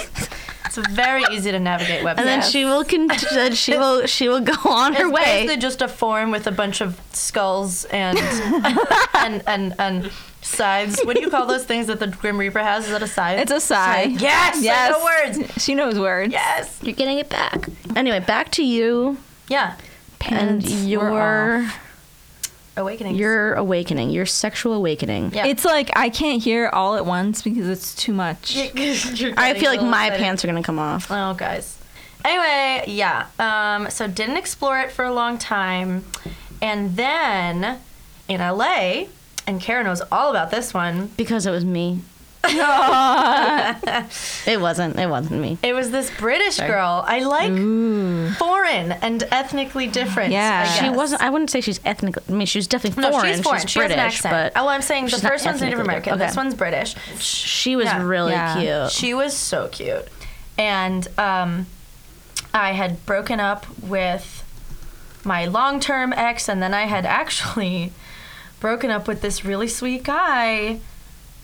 Speaker 1: It's a very easy to navigate website.
Speaker 2: And then she will con- then she will she will go on her
Speaker 1: it's
Speaker 2: way.
Speaker 1: basically just a form with a bunch of skulls and and and and scythes. What do you call those things that the Grim Reaper has? Is that a scythe?
Speaker 3: it's a sigh.
Speaker 1: Yes, I
Speaker 3: Yes.
Speaker 1: know words.
Speaker 3: She knows words.
Speaker 1: Yes.
Speaker 2: You're getting it back. Anyway, back to you
Speaker 1: Yeah.
Speaker 2: and
Speaker 3: Pants were off.
Speaker 2: your
Speaker 1: Awakening.
Speaker 2: your awakening, your sexual awakening.
Speaker 1: Yeah.
Speaker 3: It's like I can't hear all at once because it's too much.
Speaker 2: I feel like my pants are gonna come off.
Speaker 1: Oh, guys. Anyway, yeah. Um, so didn't explore it for a long time, and then in LA, and Kara knows all about this one.
Speaker 2: Because it was me. it wasn't. It wasn't me.
Speaker 1: It was this British girl. I like foreign and ethnically different. I
Speaker 3: Yeah.
Speaker 1: guess.
Speaker 2: She wasn't. I wouldn't say she's ethnically. I mean, she's definitely
Speaker 1: No,
Speaker 2: foreign.
Speaker 1: she's foreign. she
Speaker 2: British,
Speaker 1: has an accent.
Speaker 2: but
Speaker 1: oh, I'm saying the
Speaker 2: she's not
Speaker 1: first one's Native
Speaker 2: ethnically-
Speaker 1: American. This
Speaker 2: okay.
Speaker 1: one's British.
Speaker 2: she was
Speaker 1: Yeah.
Speaker 2: really
Speaker 3: Yeah.
Speaker 2: cute.
Speaker 1: She was so cute. And um, I had broken up with my long term ex, and then I had actually broken up with this really sweet guy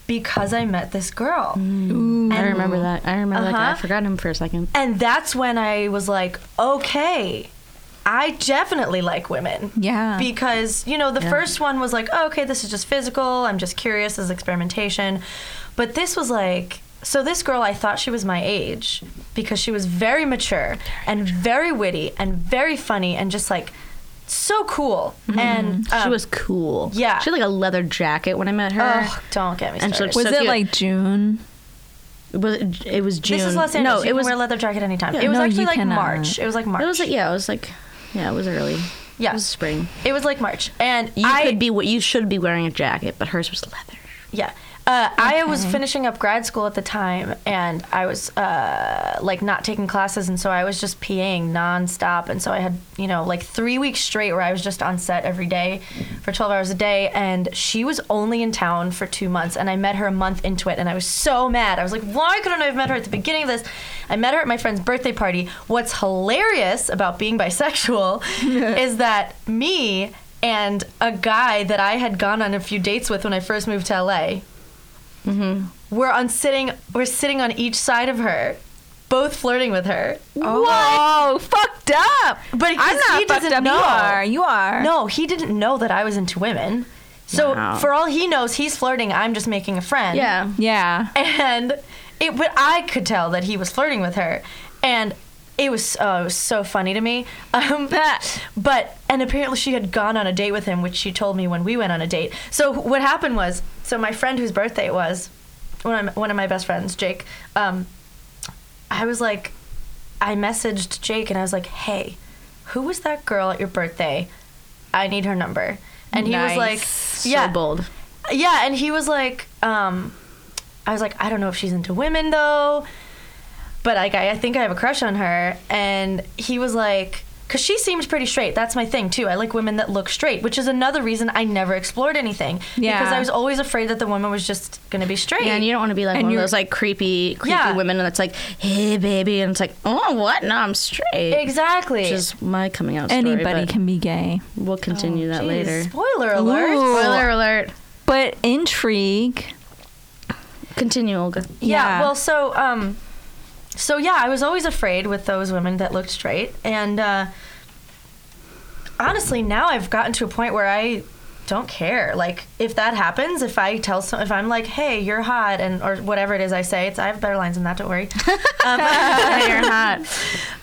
Speaker 1: because I met this girl.
Speaker 2: I
Speaker 1: And-
Speaker 2: remember that. I remember that. Guy. I
Speaker 1: Uh-huh.
Speaker 2: forgot him for a second.
Speaker 1: And that's when I was like, okay, I definitely like women.
Speaker 3: Yeah.
Speaker 2: Uh-huh.
Speaker 1: Because, you know, the first one was like, oh, okay, this is just physical. I'm just curious. This is experimentation. But this was like, so this girl, I thought she was my age because she was very mature and very witty and very funny and just like so cool. And um,
Speaker 2: Mm-hmm. she was cool.
Speaker 1: yeah.
Speaker 2: She had like a leather jacket when I met her.
Speaker 1: Oh, don't get me
Speaker 2: And she
Speaker 1: started.
Speaker 2: looked
Speaker 3: Was
Speaker 2: So
Speaker 3: it
Speaker 2: cute.
Speaker 3: like June?
Speaker 2: But it, it was June.
Speaker 1: this is Los Angeles.
Speaker 2: No,
Speaker 1: you
Speaker 2: it was.
Speaker 1: can wear a leather jacket anytime.
Speaker 3: Yeah,
Speaker 1: it was
Speaker 3: no,
Speaker 1: actually
Speaker 3: you
Speaker 1: like
Speaker 3: cannot.
Speaker 1: March. It was like March.
Speaker 2: It was like yeah. It was like yeah. It was early.
Speaker 1: Yeah.
Speaker 2: It was spring.
Speaker 1: It was like March. And
Speaker 2: You
Speaker 1: I,
Speaker 2: could be what you should be wearing a jacket, but hers was leather.
Speaker 1: Yeah. Uh, I was finishing up grad school at the time, and I was uh, like not taking classes, and so I was just PAing nonstop, and so I had you know like three weeks straight where I was just on set every day for twelve hours a day, and she was only in town for two months, and I met her a month into it, and I was so mad. I was like, why couldn't I have met her at the beginning of this? I met her at my friend's birthday party. What's hilarious about being bisexual is that me and a guy that I had gone on a few dates with when I first moved to LA.
Speaker 2: Mm-hmm.
Speaker 1: We're on sitting. We're sitting on each side of her, both flirting with her.
Speaker 3: Oh, fucked up.
Speaker 1: But
Speaker 3: I'm
Speaker 1: because
Speaker 3: not
Speaker 1: he
Speaker 3: fucked
Speaker 1: doesn't
Speaker 3: up.
Speaker 1: know.
Speaker 3: You are. You are.
Speaker 1: No, he didn't know that I was into women. So
Speaker 2: Wow.
Speaker 1: for all he knows, he's flirting. I'm just making a friend.
Speaker 2: Yeah.
Speaker 3: Yeah.
Speaker 1: And it, but I could tell that he was flirting with her, and it was uh, it was so funny to me. Um, but and apparently she had gone on a date with him, which she told me when we went on a date. So what happened was, so my friend whose birthday it was, one of my, one of my best friends, Jake. Um, I was like, I messaged Jake and I was like, hey, who was that girl at your birthday? I need her number. And he was like, yeah,
Speaker 2: So bold.
Speaker 1: yeah, and he was like, um, I was like, I don't know if she's into women though, but like, I, I think I have a crush on her. And he was like, because she seemed pretty straight. That's my thing too. I like women that look straight, which is another reason I never explored anything.
Speaker 3: Yeah.
Speaker 1: Because I was always afraid that the woman was just going to be straight.
Speaker 2: Yeah, and you don't want to be like
Speaker 3: And
Speaker 2: one of
Speaker 3: you're-
Speaker 2: those like creepy, creepy
Speaker 1: Yeah.
Speaker 2: women that's like, "Hey, baby," and it's like, "Oh, what? No, I'm straight."
Speaker 1: exactly.
Speaker 2: Which is my coming out story.
Speaker 3: Anybody
Speaker 2: but
Speaker 3: can be gay.
Speaker 2: We'll continue that
Speaker 1: Jeez,
Speaker 2: later.
Speaker 1: Spoiler alert.
Speaker 3: Ooh.
Speaker 2: Spoiler alert.
Speaker 3: But intrigue.
Speaker 2: Continue, Olga.
Speaker 1: yeah.
Speaker 3: Yeah.
Speaker 1: Well, so um, so yeah, I was always afraid with those women that looked straight, and uh, honestly, now I've gotten to a point where I don't care. Like if that happens, if I tell some, if I'm like, hey, you're hot, and or whatever it is I say, it's I have better lines than that. Don't worry. Um,
Speaker 2: Hey, you're hot.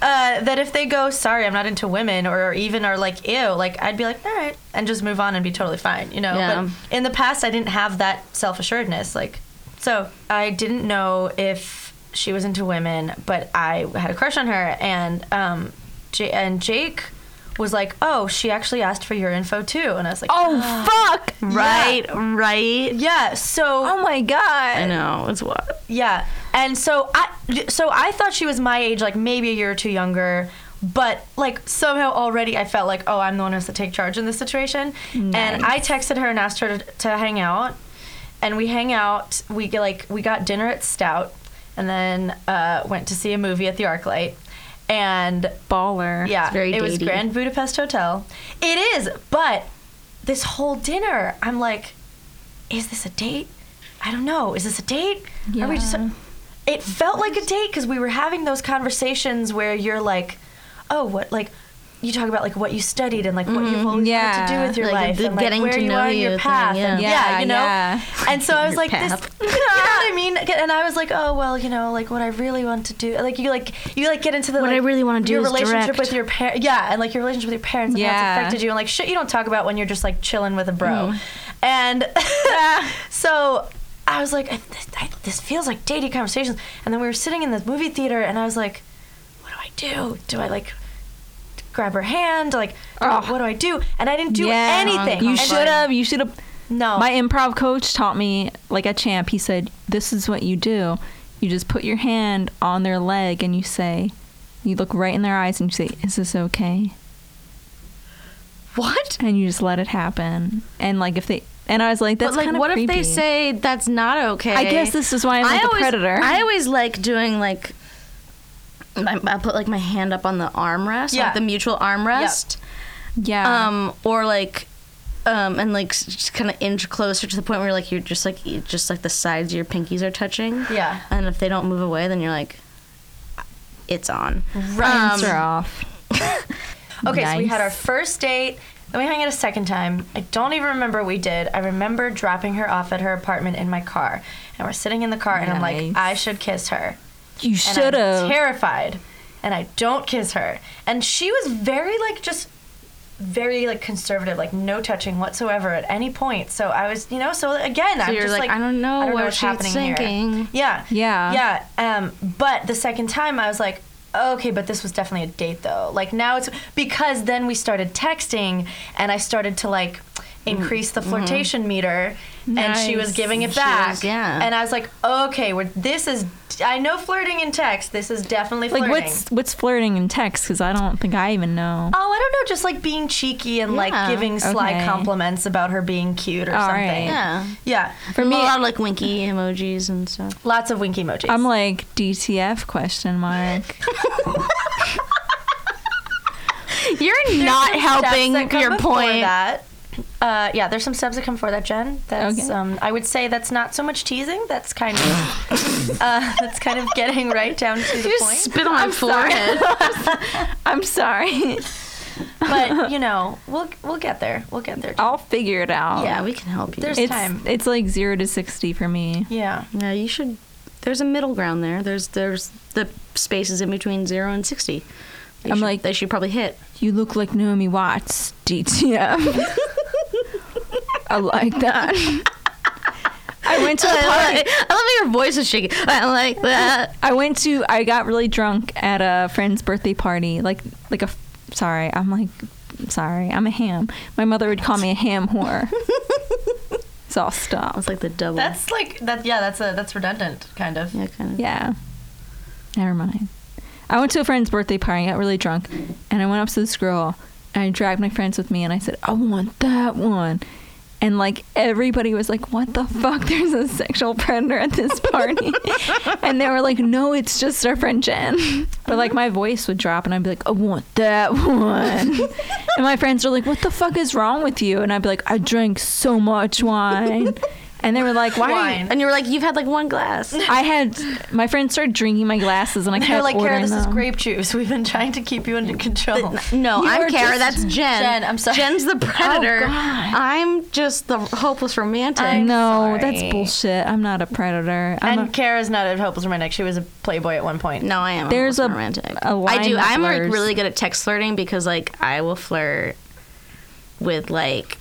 Speaker 1: uh, that if they go, sorry, I'm not into women, or even are like, ew, like I'd be like, all right, and just move on and be totally fine, you know.
Speaker 2: Yeah.
Speaker 1: But in the past, I didn't have that self assuredness, like, so I didn't know if she was into women, but I had a crush on her, and um, J- and Jake was like, oh, she actually asked for your info too, and I was like,
Speaker 3: Oh fuck!
Speaker 2: Right, right.
Speaker 1: yeah, so
Speaker 3: Oh my
Speaker 2: I
Speaker 3: god.
Speaker 2: know. It's what.
Speaker 1: Yeah, and so I so I thought she was my age, like maybe a year or two younger, but like somehow already I felt like oh I'm the one who has to take charge in this situation, and I texted her and asked her to, to hang out, and we hang out. We get like we got dinner at Stout, and then uh, went to see a movie at the ArcLight, and
Speaker 3: Baller.
Speaker 1: yeah,
Speaker 2: It's very
Speaker 1: it was
Speaker 2: datey.
Speaker 1: Grand Budapest Hotel. It is, but this whole dinner, I'm like, is this a date? I don't know. Is this a date? Are we just? It felt like a date because we were having those conversations where you're like, oh, what like. You talk about like what you studied and like what you've always wanted to
Speaker 3: yeah.
Speaker 1: do with your
Speaker 2: Mm-hmm. Like,
Speaker 1: life,
Speaker 2: the
Speaker 1: and like
Speaker 2: getting
Speaker 1: where
Speaker 2: to
Speaker 1: you
Speaker 2: know
Speaker 1: are in
Speaker 2: you
Speaker 1: your
Speaker 2: thing,
Speaker 1: path,
Speaker 2: yeah.
Speaker 1: and yeah,
Speaker 3: Yeah,
Speaker 1: you know.
Speaker 3: yeah.
Speaker 1: And so I was
Speaker 2: Your
Speaker 1: like, this,
Speaker 2: path.
Speaker 1: you know what I mean? And I was like, oh well, you know, like what I really want to do, like you like you like get into the
Speaker 2: What I
Speaker 1: like,
Speaker 2: really wanna do
Speaker 1: your
Speaker 2: is
Speaker 1: relationship
Speaker 2: direct.
Speaker 1: with your parents, yeah, and like your relationship with your parents and how
Speaker 3: Yeah. Mm-hmm.
Speaker 1: it's affected you, and like shit you don't talk about when you're just like chilling with a bro, and so I was like, I, this, I, this feels like dating conversations, and then we were sitting in this movie theater, and I was like, what do I do? Do I like grab her hand, like,
Speaker 3: Ugh.
Speaker 1: what do I do? And I didn't do
Speaker 3: Yeah.
Speaker 1: anything.
Speaker 3: You should have. You should have.
Speaker 2: Oh.
Speaker 1: No.
Speaker 3: My improv coach taught me, like at champ, he said, "This is what you do. You just put your hand on their leg and you say, you look right in their eyes and you say, "Is this okay?" What? And you just let it happen. And like if they and I was like, that's
Speaker 2: but like,
Speaker 3: kind of
Speaker 2: what if
Speaker 3: creepy.
Speaker 2: they say that's not okay?
Speaker 3: I guess this is why I'm like a
Speaker 2: always,
Speaker 3: predator.
Speaker 2: I always like doing like. I, I put like my hand up on the armrest,
Speaker 1: Yeah.
Speaker 2: like the mutual armrest,
Speaker 3: yeah. Uh-huh.
Speaker 2: um, or like, um, and like s- just kind of inch closer to the point where like you're just like you- just like the sides of your pinkies are touching.
Speaker 1: Yeah.
Speaker 2: and if they don't move away, then you're like, it's on. Um,
Speaker 3: Pants are off.
Speaker 1: Okay, so we
Speaker 3: Nice.
Speaker 1: had our first date. Then we hung out a second time. I don't even remember what we did. I remember dropping her off at her apartment in my car. And we're sitting in the car, and I'm
Speaker 3: Nice.
Speaker 1: like, I should kiss her.
Speaker 3: You
Speaker 1: And
Speaker 3: should
Speaker 1: I'm
Speaker 3: have.
Speaker 1: terrified. And I don't kiss her. And she was very, like, just very, like, conservative, like, no touching whatsoever at any point. So I was, you know, so again, I'm
Speaker 2: you're
Speaker 1: just
Speaker 2: like,
Speaker 1: like,
Speaker 2: I don't know what
Speaker 1: what's
Speaker 2: she's
Speaker 1: happening here.
Speaker 2: thinking.
Speaker 1: Yeah.
Speaker 3: Yeah.
Speaker 1: Yeah. Um, but the second time, I was like, okay, but this was definitely a date though. Like now it's because then we started texting, and I started to like increase the flirtation meter, and she was
Speaker 3: Nice.
Speaker 1: giving it
Speaker 2: Mm-hmm. She
Speaker 1: back.
Speaker 2: was- yeah.
Speaker 1: And I was like, okay, we're, this is. I know flirting in text. This is definitely
Speaker 3: Like
Speaker 1: flirting.
Speaker 3: what's what's flirting in text? Because I don't think I even know.
Speaker 1: Oh, I don't know, just like being cheeky and like
Speaker 2: Yeah.
Speaker 1: giving sly
Speaker 3: Okay.
Speaker 1: compliments about her being cute or
Speaker 3: All
Speaker 1: something.
Speaker 3: right.
Speaker 2: Yeah,
Speaker 1: Yeah.
Speaker 2: for me, a lot of like winky emojis and stuff.
Speaker 1: Lots of winky emojis.
Speaker 3: I'm like DTF question mark.
Speaker 2: You're
Speaker 1: There's
Speaker 2: not
Speaker 1: some steps that
Speaker 2: helping
Speaker 1: come
Speaker 2: your
Speaker 1: before
Speaker 2: point.
Speaker 1: That. Uh, yeah, there's some steps that come before that, Jen. That's
Speaker 3: Okay.
Speaker 1: um, I would say that's not so much teasing. That's kind of uh, that's kind of getting right down to the
Speaker 2: You
Speaker 1: point.
Speaker 2: spit on my forehead.
Speaker 3: I'm sorry.
Speaker 1: But you know, we'll we'll get there. We'll get there.
Speaker 3: I'll figure it out.
Speaker 2: yeah, we can help you.
Speaker 1: Um, There's
Speaker 3: It's
Speaker 1: time.
Speaker 3: it's like zero to sixty for me.
Speaker 1: Yeah.
Speaker 2: yeah, you should. There's a middle ground there. There's there's the spaces in between zero and sixty. They
Speaker 3: I'm
Speaker 2: should-
Speaker 3: like-
Speaker 2: they should probably hit.
Speaker 3: You look like Naomi Watts, DTF. I like that. I went to a party.
Speaker 2: I love how your voice is shaking. I like that.
Speaker 3: I went to. I got really drunk at a friend's birthday party. Like like a. Sorry, I'm like. Sorry, I'm a ham. My mother would call me a ham whore. so I'll stop.
Speaker 2: That's like the double.
Speaker 1: That's like that. Yeah, that's a that's redundant kind of.
Speaker 2: yeah, kind of.
Speaker 3: Yeah. Never mind. I went to a friend's birthday party, I got really drunk, and I went up to this girl and I dragged my friends with me and I said, I want that one. And like everybody was like, What the fuck? There's a sexual predator at this party. and they were like, No, it's just our friend Jen. But like my voice would drop and I'd be like, I want that one. and my friends were like, What the fuck is wrong with you? And I'd be like, I drank so much wine. And they were like, Why?
Speaker 1: Wine.
Speaker 2: And you were like, you've had like one glass.
Speaker 3: I had my friend started drinking my glasses, and I
Speaker 1: They're
Speaker 3: kept
Speaker 1: like, Kara,
Speaker 3: ordering
Speaker 1: this is
Speaker 3: them.
Speaker 1: grape juice. We've been trying to keep you under control.
Speaker 2: No,
Speaker 3: You are
Speaker 2: I'm Kara.
Speaker 3: just-
Speaker 2: That's Jen. Oh,
Speaker 1: Jen, I'm sorry.
Speaker 2: Jen's the predator.
Speaker 3: God.
Speaker 2: I'm just the hopeless romantic.
Speaker 3: no, that's
Speaker 1: sorry.
Speaker 3: bullshit. I'm not a predator. I'm
Speaker 1: And
Speaker 3: a,
Speaker 1: Kara's not a hopeless romantic. She was a playboy at one point.
Speaker 2: No, I am.
Speaker 3: There's
Speaker 2: There's
Speaker 3: a-
Speaker 2: a romantic.
Speaker 3: a
Speaker 2: I do.
Speaker 3: line
Speaker 2: I'm like
Speaker 3: blurs.
Speaker 2: really good at text flirting because like I will flirt with like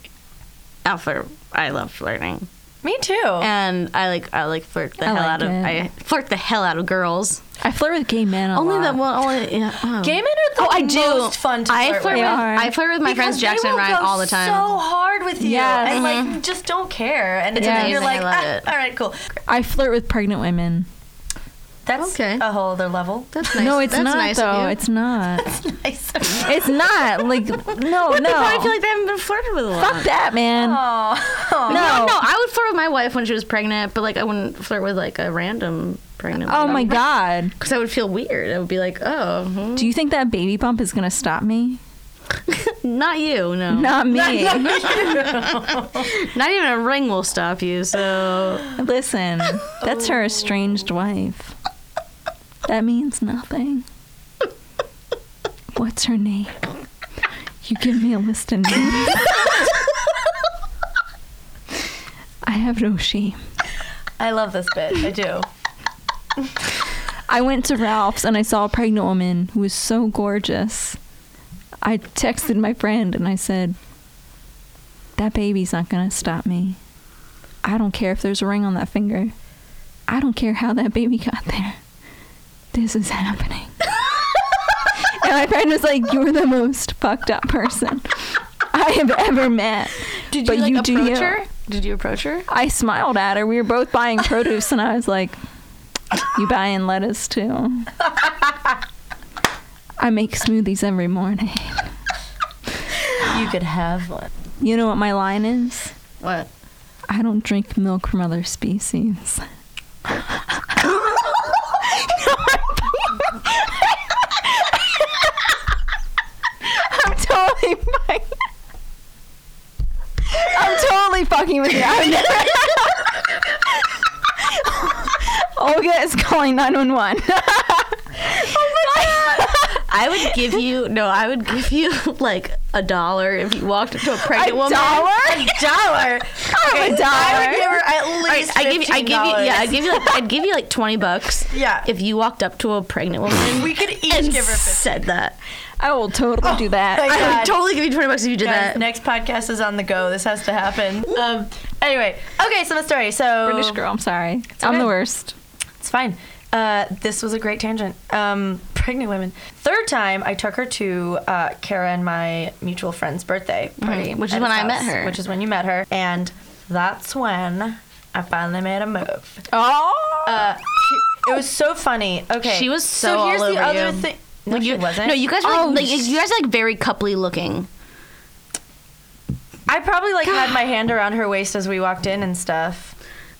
Speaker 2: I'll flirt. I love flirting,
Speaker 1: Me too.
Speaker 2: and I like I like flirt the
Speaker 3: I
Speaker 2: hell
Speaker 3: like
Speaker 2: out of
Speaker 3: it.
Speaker 2: I flirt the hell out of girls.
Speaker 3: I flirt with gay men a
Speaker 2: Only
Speaker 3: lot.
Speaker 2: the well, only yeah, oh.
Speaker 1: Gay men are the
Speaker 2: Oh, I do.
Speaker 1: most fun to
Speaker 2: I
Speaker 1: flirt
Speaker 2: flirt
Speaker 1: with.
Speaker 2: with
Speaker 3: are.
Speaker 2: I flirt with my friends
Speaker 1: Because
Speaker 2: Jackson
Speaker 1: they will
Speaker 2: and Ryan
Speaker 1: go
Speaker 2: all the time.
Speaker 1: So hard with you,
Speaker 3: Yes.
Speaker 1: and like you just don't care, and it's
Speaker 3: It's
Speaker 1: like you're like,
Speaker 2: amazing. I love
Speaker 1: "Ah,
Speaker 2: it."
Speaker 1: all right, cool.
Speaker 3: I flirt with pregnant women.
Speaker 1: That's
Speaker 2: Okay.
Speaker 1: a whole other level.
Speaker 2: that's nice.
Speaker 3: No, it's
Speaker 2: that's
Speaker 3: not
Speaker 2: nice of
Speaker 3: though.
Speaker 2: you.
Speaker 3: It's not.
Speaker 1: Nice.
Speaker 3: it's not like no,
Speaker 2: But
Speaker 3: no.
Speaker 2: I feel like they haven't been flirted with a lot.
Speaker 3: Fuck that, man.
Speaker 1: Aw.
Speaker 2: No,
Speaker 3: No.
Speaker 2: no, I would flirt with my wife when she was pregnant, but like I wouldn't flirt with like a random pregnant.
Speaker 3: Oh my god.
Speaker 2: Because I would feel weird. I would be like, oh, hmm.
Speaker 3: Do you think that baby bump is gonna stop me?
Speaker 2: not you, no.
Speaker 3: Not me.
Speaker 2: Not even a ring will stop you. So
Speaker 3: Listen, that's her estranged wife. That means nothing. What's her name? You give me a list of names. I have no shame.
Speaker 1: I love this bit. I do.
Speaker 3: I went to Ralph's and I saw a pregnant woman who was so gorgeous. I texted my friend and I said, That baby's not going to stop me. I don't care if there's a ring on that finger. I don't care how that baby got there. This is happening. and my friend was like, "You're the most fucked up person I have ever met."
Speaker 2: Did
Speaker 3: but
Speaker 2: you like
Speaker 3: you do
Speaker 2: approach
Speaker 3: you.
Speaker 2: her? Did you approach her?
Speaker 3: I smiled at her. We were both buying produce, and I was like, "You buying lettuce too?" I make smoothies every morning.
Speaker 1: You could have one.
Speaker 3: You know what my line is?
Speaker 2: What?
Speaker 3: I don't drink milk from other species. I'm totally fine. I'm totally fucking with you. I'm never- Olga is calling 911.
Speaker 2: I would give you no. I would give you like a dollar if you walked up to a
Speaker 3: A
Speaker 2: pregnant
Speaker 3: dollar?
Speaker 2: woman.
Speaker 3: A
Speaker 2: dollar.
Speaker 3: dollar.
Speaker 1: I would give her at
Speaker 2: All right,
Speaker 1: least.
Speaker 2: I give you, I give you, yeah, I
Speaker 1: $15.
Speaker 2: give you, like, I'd give you like twenty bucks.
Speaker 1: Yeah.
Speaker 2: If you walked up to a pregnant woman
Speaker 1: we could each
Speaker 2: and
Speaker 1: give her. 50.
Speaker 2: said that,
Speaker 3: I will totally do that.
Speaker 1: my
Speaker 2: I
Speaker 1: God.
Speaker 2: would totally give you twenty bucks if you did
Speaker 1: Guys,
Speaker 2: that.
Speaker 1: next podcast is on the go. This has to happen. Um. Anyway, okay. So my story. So
Speaker 3: British girl, I'm sorry. I'm
Speaker 1: Oh, okay.
Speaker 3: the worst.
Speaker 1: It's fine. Uh, this was a great tangent. Um, pregnant women. Third time, I took her to uh, Kara and my mutual friend's birthday party,
Speaker 2: Mhm, which is
Speaker 1: at
Speaker 2: when
Speaker 1: his
Speaker 2: I met
Speaker 1: house,
Speaker 2: her.
Speaker 1: Which is when you met her, and that's when I finally made a move.
Speaker 3: Oh.
Speaker 1: Uh, she- it was so funny. Okay,
Speaker 2: She was so
Speaker 1: So here's
Speaker 2: all
Speaker 1: the
Speaker 2: over
Speaker 1: other
Speaker 2: you.
Speaker 1: thing. No, she wasn't.
Speaker 2: No, you guys were like,
Speaker 3: Oh,
Speaker 2: like,
Speaker 3: sh-
Speaker 2: you guys are, like very couply looking.
Speaker 1: I probably like had my hand around her waist as we walked in and stuff.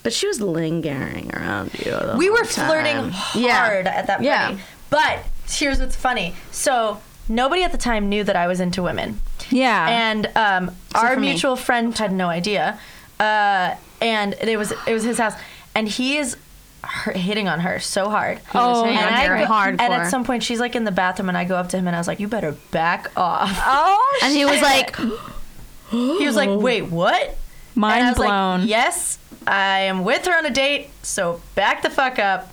Speaker 2: But she was lingering around you. the
Speaker 1: we
Speaker 2: whole
Speaker 1: were flirting
Speaker 2: time.
Speaker 1: hard
Speaker 2: Yeah.
Speaker 1: at that party.
Speaker 2: Yeah.
Speaker 1: But here's what's funny. So nobody at the time knew that I was into women.
Speaker 3: Yeah.
Speaker 1: And um, our
Speaker 2: Uh-huh. for me.
Speaker 1: mutual friend had no idea. Uh, and it was it was his house, and he is her, hitting on her so hard.
Speaker 2: was
Speaker 3: Oh,
Speaker 2: hitting
Speaker 1: and
Speaker 2: on her
Speaker 1: go-
Speaker 2: hardcore.
Speaker 1: And at some point, she's like in the bathroom, and I go up to him, and I was like, "You better back off."
Speaker 3: oh.
Speaker 2: And he was like,
Speaker 1: He was like, "Wait, what?"
Speaker 3: Mind
Speaker 1: and I was
Speaker 3: blown.
Speaker 1: Like, yes, I am with her on a date, so back the fuck up.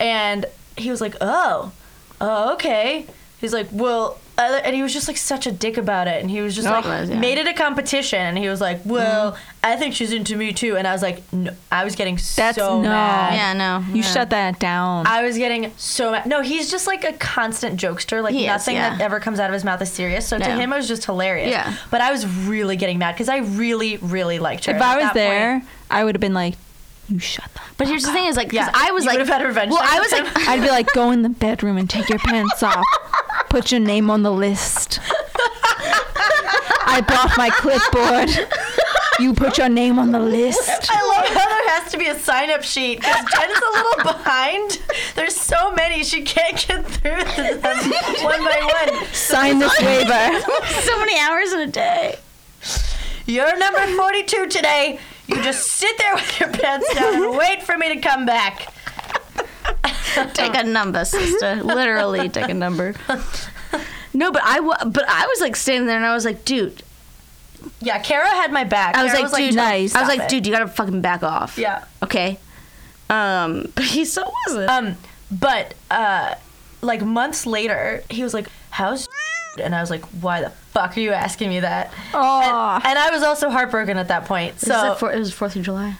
Speaker 1: And he was like, oh, oh, okay. He's like, well, uh, and he was just like such a dick about it. And he was just
Speaker 2: Oh,
Speaker 1: like,
Speaker 2: it was, yeah.
Speaker 1: made it a competition. And he was like, well, I think she's into me too. And I was like, no, I was getting
Speaker 3: That's
Speaker 1: so
Speaker 3: no.
Speaker 1: mad.
Speaker 2: yeah, no,
Speaker 3: You
Speaker 2: yeah.
Speaker 3: shut that down.
Speaker 1: I was getting so mad. No, he's just like a constant jokester. Like
Speaker 2: He is,
Speaker 1: nothing that
Speaker 2: yeah.
Speaker 1: ever comes out of his mouth is serious. So to
Speaker 2: No.
Speaker 1: him, it was just hilarious.
Speaker 2: Yeah.
Speaker 1: But I was really getting mad because I really, really liked her.
Speaker 3: if
Speaker 1: And at
Speaker 3: I was
Speaker 1: that point-
Speaker 3: there, I would have been like, you shut up.
Speaker 2: But here's the thing: is like, 'cause
Speaker 1: Yeah,
Speaker 2: I was
Speaker 1: you
Speaker 2: like,
Speaker 1: would've had revenge
Speaker 2: Well,
Speaker 1: sex
Speaker 2: I
Speaker 1: with
Speaker 2: was
Speaker 1: him.
Speaker 2: like,
Speaker 3: I'd be like, go in the bedroom and take your pants off. Put your name on the list. I brought my clipboard. You put your name on the list.
Speaker 1: I love how there has to be a sign up sheet because Jen's a little behind. There's so many, she can't get through them one by one.
Speaker 3: Sign this waiver.
Speaker 2: so many hours in a day.
Speaker 1: You're number 42 today. You just sit there with your pants down and wait for me to come back.
Speaker 2: Take a number, sister. Literally, take a number. No, but I wa- but I was like standing there and I was like, dude.
Speaker 1: Yeah, Kara had my back.
Speaker 2: I was
Speaker 1: Kara
Speaker 2: like, dude.
Speaker 3: nice.
Speaker 2: I
Speaker 1: stop
Speaker 2: was like,
Speaker 1: it.
Speaker 2: dude, you gotta fucking back off.
Speaker 1: Yeah.
Speaker 2: Okay. Um, but he still wasn't.
Speaker 1: Um, but uh, like months later, he was like, "How's?" And I was like, "Why the fuck are you asking me that?"
Speaker 3: Oh.
Speaker 1: And, and I was also heartbroken at that point.
Speaker 2: It was
Speaker 1: So
Speaker 2: the four- it was Fourth of July.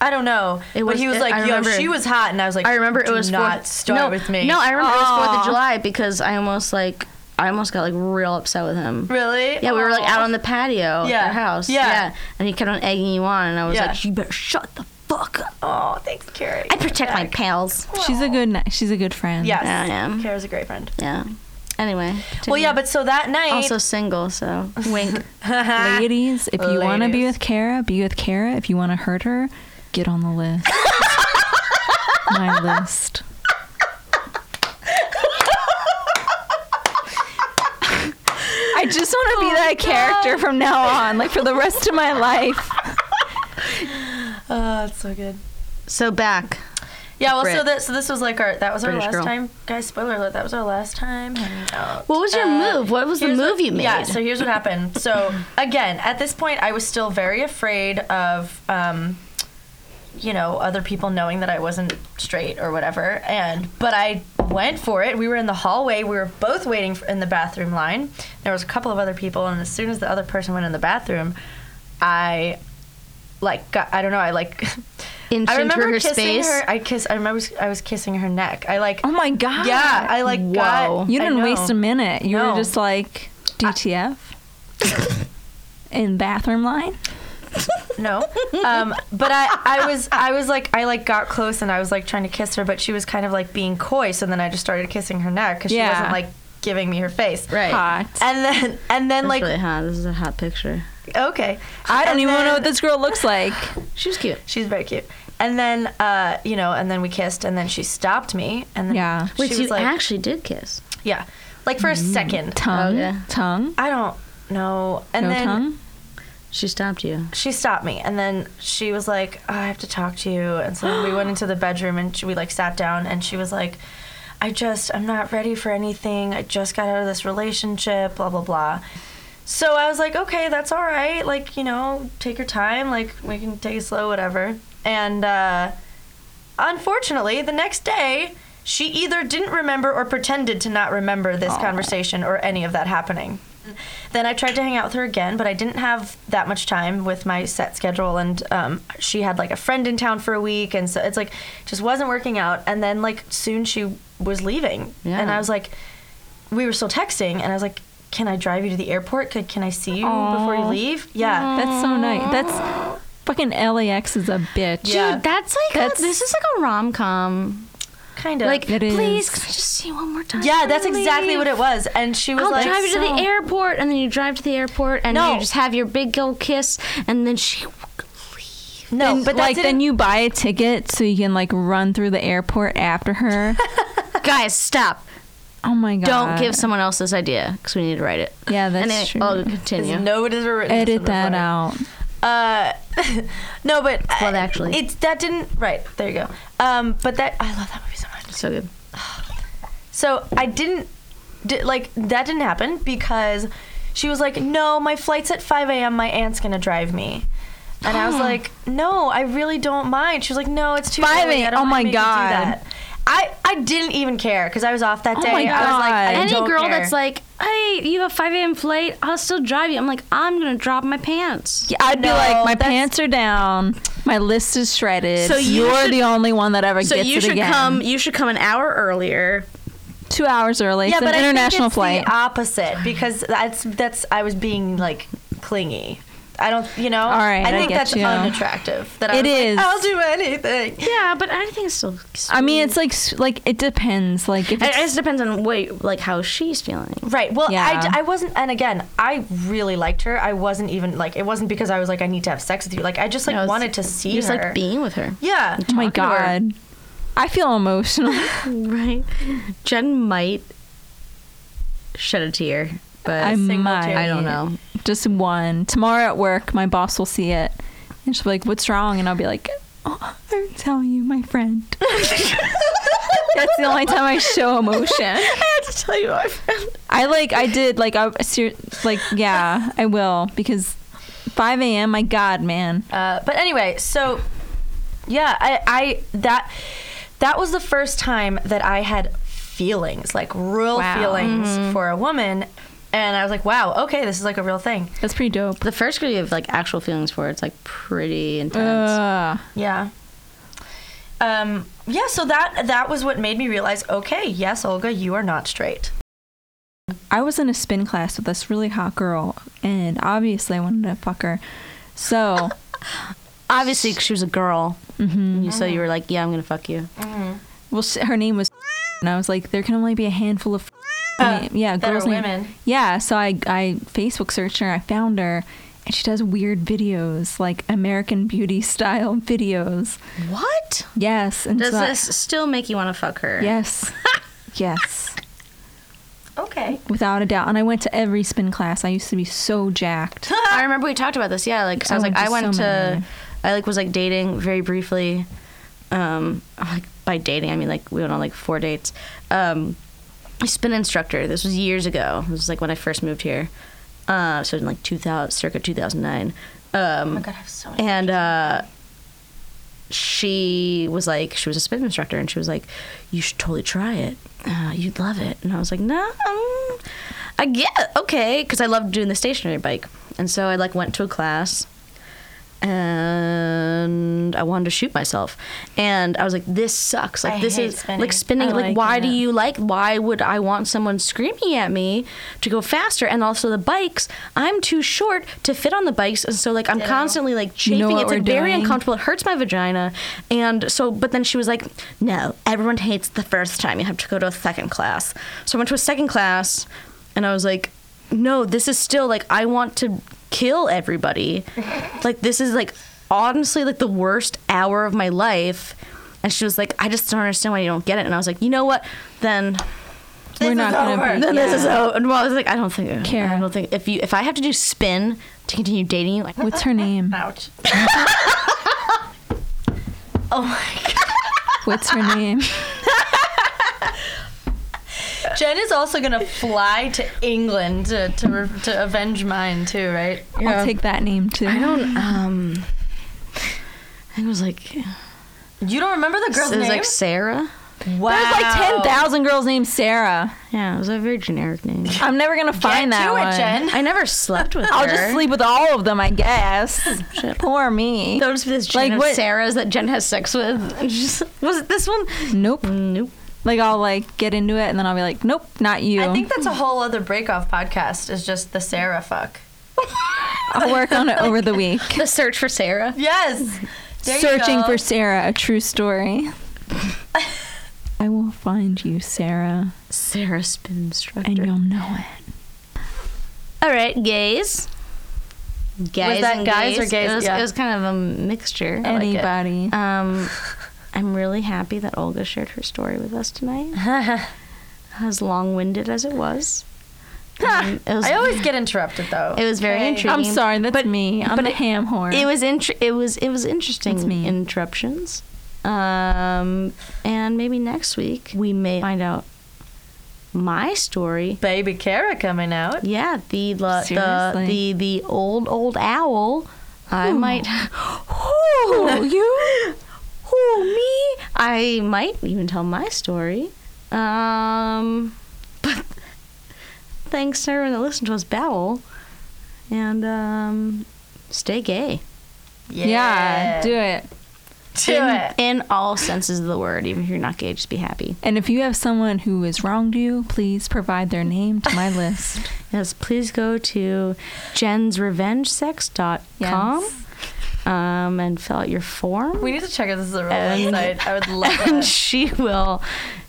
Speaker 1: I don't know.
Speaker 2: It
Speaker 1: but
Speaker 2: was-
Speaker 1: he was
Speaker 2: it-
Speaker 1: like,
Speaker 2: I
Speaker 1: "Yo,
Speaker 2: remember-
Speaker 1: she was hot," and I was like,
Speaker 2: I remember
Speaker 1: Do
Speaker 2: it was
Speaker 1: not
Speaker 2: fourth,
Speaker 1: start
Speaker 2: no,
Speaker 1: with me."
Speaker 2: No, I remember it was Fourth
Speaker 3: Aw.
Speaker 2: of July because I almost like I almost got like real upset with him.
Speaker 1: really.
Speaker 2: Yeah, we were like
Speaker 1: Aw.
Speaker 2: out on the patio
Speaker 1: Oh. Yeah.
Speaker 2: at their house.
Speaker 1: Yeah.
Speaker 2: And he kept on egging you on, and I was
Speaker 1: Yeah.
Speaker 2: like, you better shut the fuck up.
Speaker 1: Oh, thanks, Carrie.
Speaker 2: I protect my pals.
Speaker 3: She's a good. ni- She's a good friend.
Speaker 1: Yes,
Speaker 2: Yeah, I am.
Speaker 1: Kara's a great friend.
Speaker 2: Yeah. Anyway.
Speaker 1: Well, yeah,
Speaker 2: continue.
Speaker 1: but so that night, uh-huh.
Speaker 2: also single, so wink.
Speaker 3: Ladies, if you want to be
Speaker 1: Ladies.
Speaker 3: with Kara, be with Kara. If you want to hurt her, get on the list. My list. I just want
Speaker 1: Oh,
Speaker 3: to be that character from now on, like for the rest of my life.
Speaker 1: oh, it's so good.
Speaker 2: So back.
Speaker 1: Yeah, well, so
Speaker 2: Brit.
Speaker 1: that so this was like our that was our
Speaker 2: British
Speaker 1: last
Speaker 2: girl.
Speaker 1: time, guys. Spoiler alert, that was our last time hanging out.
Speaker 2: What was your
Speaker 1: Uh,
Speaker 2: move? What was the
Speaker 1: here's
Speaker 2: move
Speaker 1: what-
Speaker 2: you made?
Speaker 1: Yeah, so here's what happened. So again, at this point, I was still very afraid of, um, you know, other people knowing that I wasn't straight or whatever. And but I went for it. We were in the hallway. We were both waiting for, in the bathroom line. There was a couple of other people, and as soon as the other person went in the bathroom, I like got, I don't know. I like.
Speaker 2: inch
Speaker 1: I
Speaker 2: into
Speaker 1: remember
Speaker 2: her
Speaker 1: kissing
Speaker 2: space.
Speaker 1: her. I kiss. I remember I was kissing her neck. I like.
Speaker 3: Oh my god.
Speaker 1: yeah, I like
Speaker 2: Whoa.
Speaker 1: got.
Speaker 3: You
Speaker 1: I
Speaker 3: didn't
Speaker 1: know.
Speaker 3: waste a minute. You
Speaker 1: No.
Speaker 3: were just like DTF in bathroom line.
Speaker 1: No, um, but I, I was I was like I like got close and I was like trying to kiss her, but she was kind of like being coy. So then I just started kissing her neck because
Speaker 3: Yeah.
Speaker 1: she wasn't like giving me her face.
Speaker 2: Right.
Speaker 3: Hot.
Speaker 1: And then and then like
Speaker 2: That's really hot. This is a hot picture.
Speaker 1: okay,
Speaker 3: I don't
Speaker 1: And
Speaker 3: even
Speaker 1: then-
Speaker 3: know what this girl looks like.
Speaker 2: She was cute.
Speaker 1: She's very cute. And then uh, you know, and then we kissed, and then she stopped me, and then
Speaker 3: Yeah.
Speaker 1: she
Speaker 2: Wait,
Speaker 1: was
Speaker 2: so you
Speaker 1: like,
Speaker 2: actually did kiss?
Speaker 1: yeah, like for a second.
Speaker 3: Mm. Tongue.
Speaker 2: Okay.
Speaker 3: Tongue.
Speaker 1: I don't know. And
Speaker 3: No
Speaker 1: then
Speaker 3: tongue.
Speaker 2: She stopped you.
Speaker 1: she stopped me and then she was like "Oh, i have to talk to you and so we went into the bedroom and she, we like sat down and she was like i just i'm not ready for anything i just got out of this relationship blah blah blah so i was like okay that's all right like you know take your time like we can take it slow whatever and uh unfortunately the next day she either didn't remember or pretended to not remember this conversation or any of that happening then I tried to hang out with her again, but I didn't have that much time with my set schedule, and um, she had like a friend in town for a week, and so it's like just wasn't working out. And then like soon she was leaving,
Speaker 2: Yeah.
Speaker 1: and I was like, we were still texting, and I was like, can I drive you to the airport? Can, can I see you before you
Speaker 3: Aw.
Speaker 1: leave? Yeah.
Speaker 3: That's so nice. That's fucking LAX is a bitch.
Speaker 1: Yeah.
Speaker 2: Dude, that's like
Speaker 3: That's-
Speaker 2: a, this is like a rom com.
Speaker 1: kind of
Speaker 2: Like,
Speaker 3: It is.
Speaker 2: please, can I just see you one more time?
Speaker 1: yeah, that's
Speaker 2: Please."
Speaker 1: exactly what it was, and she was
Speaker 2: I'll
Speaker 1: like,
Speaker 2: drive you to
Speaker 1: so-
Speaker 2: the airport, and then you drive to the airport, and
Speaker 1: No.
Speaker 2: you just have your big old kiss, and then she.
Speaker 1: no,
Speaker 3: And,
Speaker 1: but that
Speaker 3: like
Speaker 1: didn't-
Speaker 3: then you buy a ticket so you can like run through the airport after her.
Speaker 2: Guys, stop!
Speaker 3: oh my god.
Speaker 2: Don't give someone else this idea because we need to write it.
Speaker 3: Yeah, that's
Speaker 2: and then,
Speaker 3: true.
Speaker 2: Oh, continue.
Speaker 1: no, it is written. It's
Speaker 3: Edit
Speaker 1: written
Speaker 3: that
Speaker 1: before.
Speaker 3: out.
Speaker 1: Uh, no, but uh,
Speaker 2: Well, actually-
Speaker 1: it's that didn't. Right there, you go. Um, but that I love that movie so much.
Speaker 2: so good.
Speaker 1: So I didn't di- like that didn't happen because she was like, "No, my flight's at 5 a.m. My aunt's gonna drive me." And I was like, "No, I really don't mind." She was like, "No, it's too
Speaker 3: 5
Speaker 1: early. I
Speaker 3: a.m.
Speaker 1: don't
Speaker 3: Oh
Speaker 1: wanna
Speaker 3: my
Speaker 1: make you do
Speaker 3: God.
Speaker 1: that." I, I didn't even care because I was off that
Speaker 3: Oh
Speaker 1: day.
Speaker 3: my
Speaker 1: I was like, I
Speaker 3: God.
Speaker 2: Any
Speaker 1: don't
Speaker 2: girl
Speaker 1: care.
Speaker 2: that's like, hey, you have a 5 a.m. flight, I'll still drive you. I'm like, I'm gonna drop my pants.
Speaker 3: Yeah, I'd
Speaker 1: No,
Speaker 3: be like, my
Speaker 1: that's-
Speaker 3: pants are down, my list is shredded.
Speaker 2: So
Speaker 3: So
Speaker 2: you
Speaker 3: you are
Speaker 2: should-
Speaker 3: the only one that ever
Speaker 2: So
Speaker 3: gets
Speaker 2: you
Speaker 3: it
Speaker 2: should
Speaker 3: again.
Speaker 2: come. You should come an hour earlier.
Speaker 3: two hours early.
Speaker 1: yeah,
Speaker 3: it's
Speaker 1: but
Speaker 3: an
Speaker 1: I think
Speaker 3: international
Speaker 1: it's the
Speaker 3: flight.
Speaker 1: opposite because that's that's I was being like clingy. I don't, you know.
Speaker 3: All right,
Speaker 1: I
Speaker 3: I
Speaker 1: think
Speaker 3: get
Speaker 1: that's
Speaker 3: you.
Speaker 1: unattractive. That I
Speaker 3: It
Speaker 1: was like,
Speaker 3: is.
Speaker 1: I'll do anything.
Speaker 2: Yeah, but I think it's still.
Speaker 3: I mean, it's like s- like it depends. Like if
Speaker 2: It,
Speaker 3: it's,
Speaker 2: it just depends on what, like how she's feeling.
Speaker 1: Right. Well,
Speaker 3: Yeah.
Speaker 1: I, I wasn't, and again, I really liked her. I wasn't even like, it wasn't because I was like, I need to have sex with you. Like, I just like
Speaker 2: No, it's-
Speaker 1: wanted to see
Speaker 2: Just
Speaker 1: her.
Speaker 2: like being with her,
Speaker 1: yeah.
Speaker 3: oh my
Speaker 2: talking to her.
Speaker 3: god, I feel emotional.
Speaker 2: right? Jen might shed a tear, but
Speaker 3: I
Speaker 1: single
Speaker 3: might.
Speaker 1: tear.
Speaker 2: I don't know.
Speaker 3: Just one tomorrow at work, my boss will see it, and she'll be like, "What's wrong?" And I'll be like, oh, "I'm telling you, my friend." That's the only time I show emotion.
Speaker 2: I had to tell you, my friend.
Speaker 3: I like I did like I ser- like yeah I will because 5 a.m. My God, man,
Speaker 1: Uh, but anyway, so yeah, I, I that that was the first time that I had feelings, like real
Speaker 3: Wow.
Speaker 1: feelings for a woman, and I was like, wow, okay, this is like a real thing.
Speaker 3: that's pretty dope.
Speaker 2: The first girl you have like actual feelings for, it's like pretty intense.
Speaker 3: Uh,
Speaker 1: Yeah. Um, yeah, so that that was what made me realize, okay, yes, Olga, you are not straight.
Speaker 3: I was in a spin class with this really hot girl, and obviously I wanted to fuck her. So
Speaker 2: Obviously, 'cause she was a girl, mm-hmm. so you were like, "Yeah, I'm gonna fuck you."
Speaker 3: well, sh her name was, and I was like, there can only be a handful of, name- yeah,
Speaker 1: Uh, that are
Speaker 3: girls' name-
Speaker 1: women.
Speaker 3: Yeah, so I I Facebook searched her, I found her, and she does weird videos like American Beauty style videos.
Speaker 2: What
Speaker 3: Yes, and
Speaker 2: does
Speaker 3: so I-
Speaker 2: this still make you want to fuck her?
Speaker 3: yes, yes.
Speaker 1: Okay.
Speaker 3: Without a doubt. And I went to every spin class. I used to be so jacked.
Speaker 2: I remember we talked about this. Yeah, like 'cause I
Speaker 3: I
Speaker 2: was
Speaker 3: went
Speaker 2: like, I
Speaker 3: to
Speaker 2: went
Speaker 3: so
Speaker 2: to,
Speaker 3: many.
Speaker 2: I like was like dating very briefly. Um, like by dating I mean like we went on like four dates. Um, spin instructor. This was years ago. This was like when I first moved here. Uh, so in like 2000, circa 2009. Um,
Speaker 1: God, I have so many.
Speaker 2: and uh, she was like, she was a spin instructor, and she was like, you should totally try it. Uh, you'd love it. And I was like, no, mm, I get okay, because I loved doing the stationary bike, and so I like went to a class, uh, and I wanted to shoot myself. And I was like, this sucks. Like
Speaker 1: I
Speaker 2: this
Speaker 1: hate
Speaker 2: is
Speaker 1: spinning.
Speaker 2: like spinning.
Speaker 3: I
Speaker 2: like,
Speaker 3: like
Speaker 2: why
Speaker 3: it.
Speaker 2: do you like? Why would I want someone screaming at me to go faster? And also the bikes, I'm too short to fit on the bikes, and so like I'm constantly like
Speaker 3: You
Speaker 2: chafing.
Speaker 3: know what
Speaker 2: it's like
Speaker 3: we're
Speaker 2: very
Speaker 3: doing?
Speaker 2: uncomfortable. It hurts my vagina. And so, but then she was like, no, everyone hates the first time. You have to go to a second class. So I went to a second class, and I was like, no, this is still like I want to kill everybody. like this is like honestly like the worst hour of my life. And she was like, I just don't understand why you don't get it. And I was like, you know what? Then
Speaker 3: We're not gonna be.
Speaker 2: then this is oh and well, I was like, I don't think I
Speaker 3: Karen.
Speaker 2: don't think if you if I have to do spin to continue dating you, I
Speaker 3: What's her name?
Speaker 1: Ouch.
Speaker 3: What's her name?
Speaker 1: Jen is also gonna fly to England to, to, to avenge mine too, right?
Speaker 3: I'll take that name too.
Speaker 2: I don't um I think it was like it
Speaker 1: You don't remember the girl's
Speaker 2: was
Speaker 1: name?
Speaker 2: like Sarah.
Speaker 1: wow.
Speaker 3: There's like ten thousand girls named Sarah.
Speaker 2: Yeah, it was a very generic name.
Speaker 3: I'm never gonna find
Speaker 1: Get
Speaker 3: that
Speaker 1: to
Speaker 3: one.
Speaker 1: it, Jen.
Speaker 2: I never slept with
Speaker 3: I'll
Speaker 2: her.
Speaker 3: just sleep with all of them, I guess. Poor me.
Speaker 2: Those this Jen
Speaker 3: Like
Speaker 2: of
Speaker 3: what-
Speaker 2: Sarah's that Jen has sex with. And she's just- was it this one?
Speaker 3: Nope.
Speaker 2: Nope.
Speaker 3: Like I'll like get into it and then I'll be like, nope, not you.
Speaker 1: I think that's a whole other breakoff podcast. Is just the Sarah fuck.
Speaker 3: I'll work on it over the week.
Speaker 2: The search for Sarah.
Speaker 1: Yes. There you
Speaker 3: Searching
Speaker 1: go.
Speaker 3: for Sarah, a true story. I will find you, Sarah,
Speaker 2: Sarah spin instructor.
Speaker 3: and you'll know it.
Speaker 2: All right, gays. Gays
Speaker 1: that
Speaker 2: and
Speaker 1: guys or gays?
Speaker 2: It was,
Speaker 1: Yeah.
Speaker 2: it was kind of a mixture. I like it.
Speaker 3: Anybody.
Speaker 2: Um, I'm really happy that Olga shared her story with us tonight. as long-winded as it was, um, it was.
Speaker 1: I always get interrupted though.
Speaker 2: it was very intriguing.
Speaker 3: I'm sorry, that's me. I'm
Speaker 2: but
Speaker 3: a
Speaker 2: it-
Speaker 3: ham whore.
Speaker 2: It was int- It was. It was interesting.
Speaker 3: That's me.
Speaker 2: Interruptions. Um, and maybe next week we may find out my story.
Speaker 1: Baby Kara coming out.
Speaker 2: Yeah, the la- the the
Speaker 3: Seriously?
Speaker 2: the old old owl. I might.
Speaker 3: Who, you?
Speaker 2: Who me? I might even tell my story. Um, but thanks to everyone that listened to us babble, and um, stay gay
Speaker 1: Yeah.
Speaker 3: yeah. do it.
Speaker 1: Do
Speaker 2: in,
Speaker 1: it.
Speaker 2: in all senses of the word. Even if you're not gay, just be happy.
Speaker 3: And if you have someone who has wronged you, please provide their name to my list.
Speaker 2: Yes, please go to jensrevengesex.com um, and fill out your form.
Speaker 1: We need to check if this is a real
Speaker 2: And-
Speaker 1: website. I would love
Speaker 2: and
Speaker 1: it.
Speaker 2: she will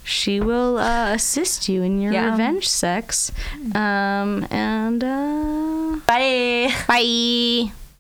Speaker 2: she will uh, assist you in your
Speaker 3: Yeah.
Speaker 2: revenge sex um and uh
Speaker 1: Bye.
Speaker 2: bye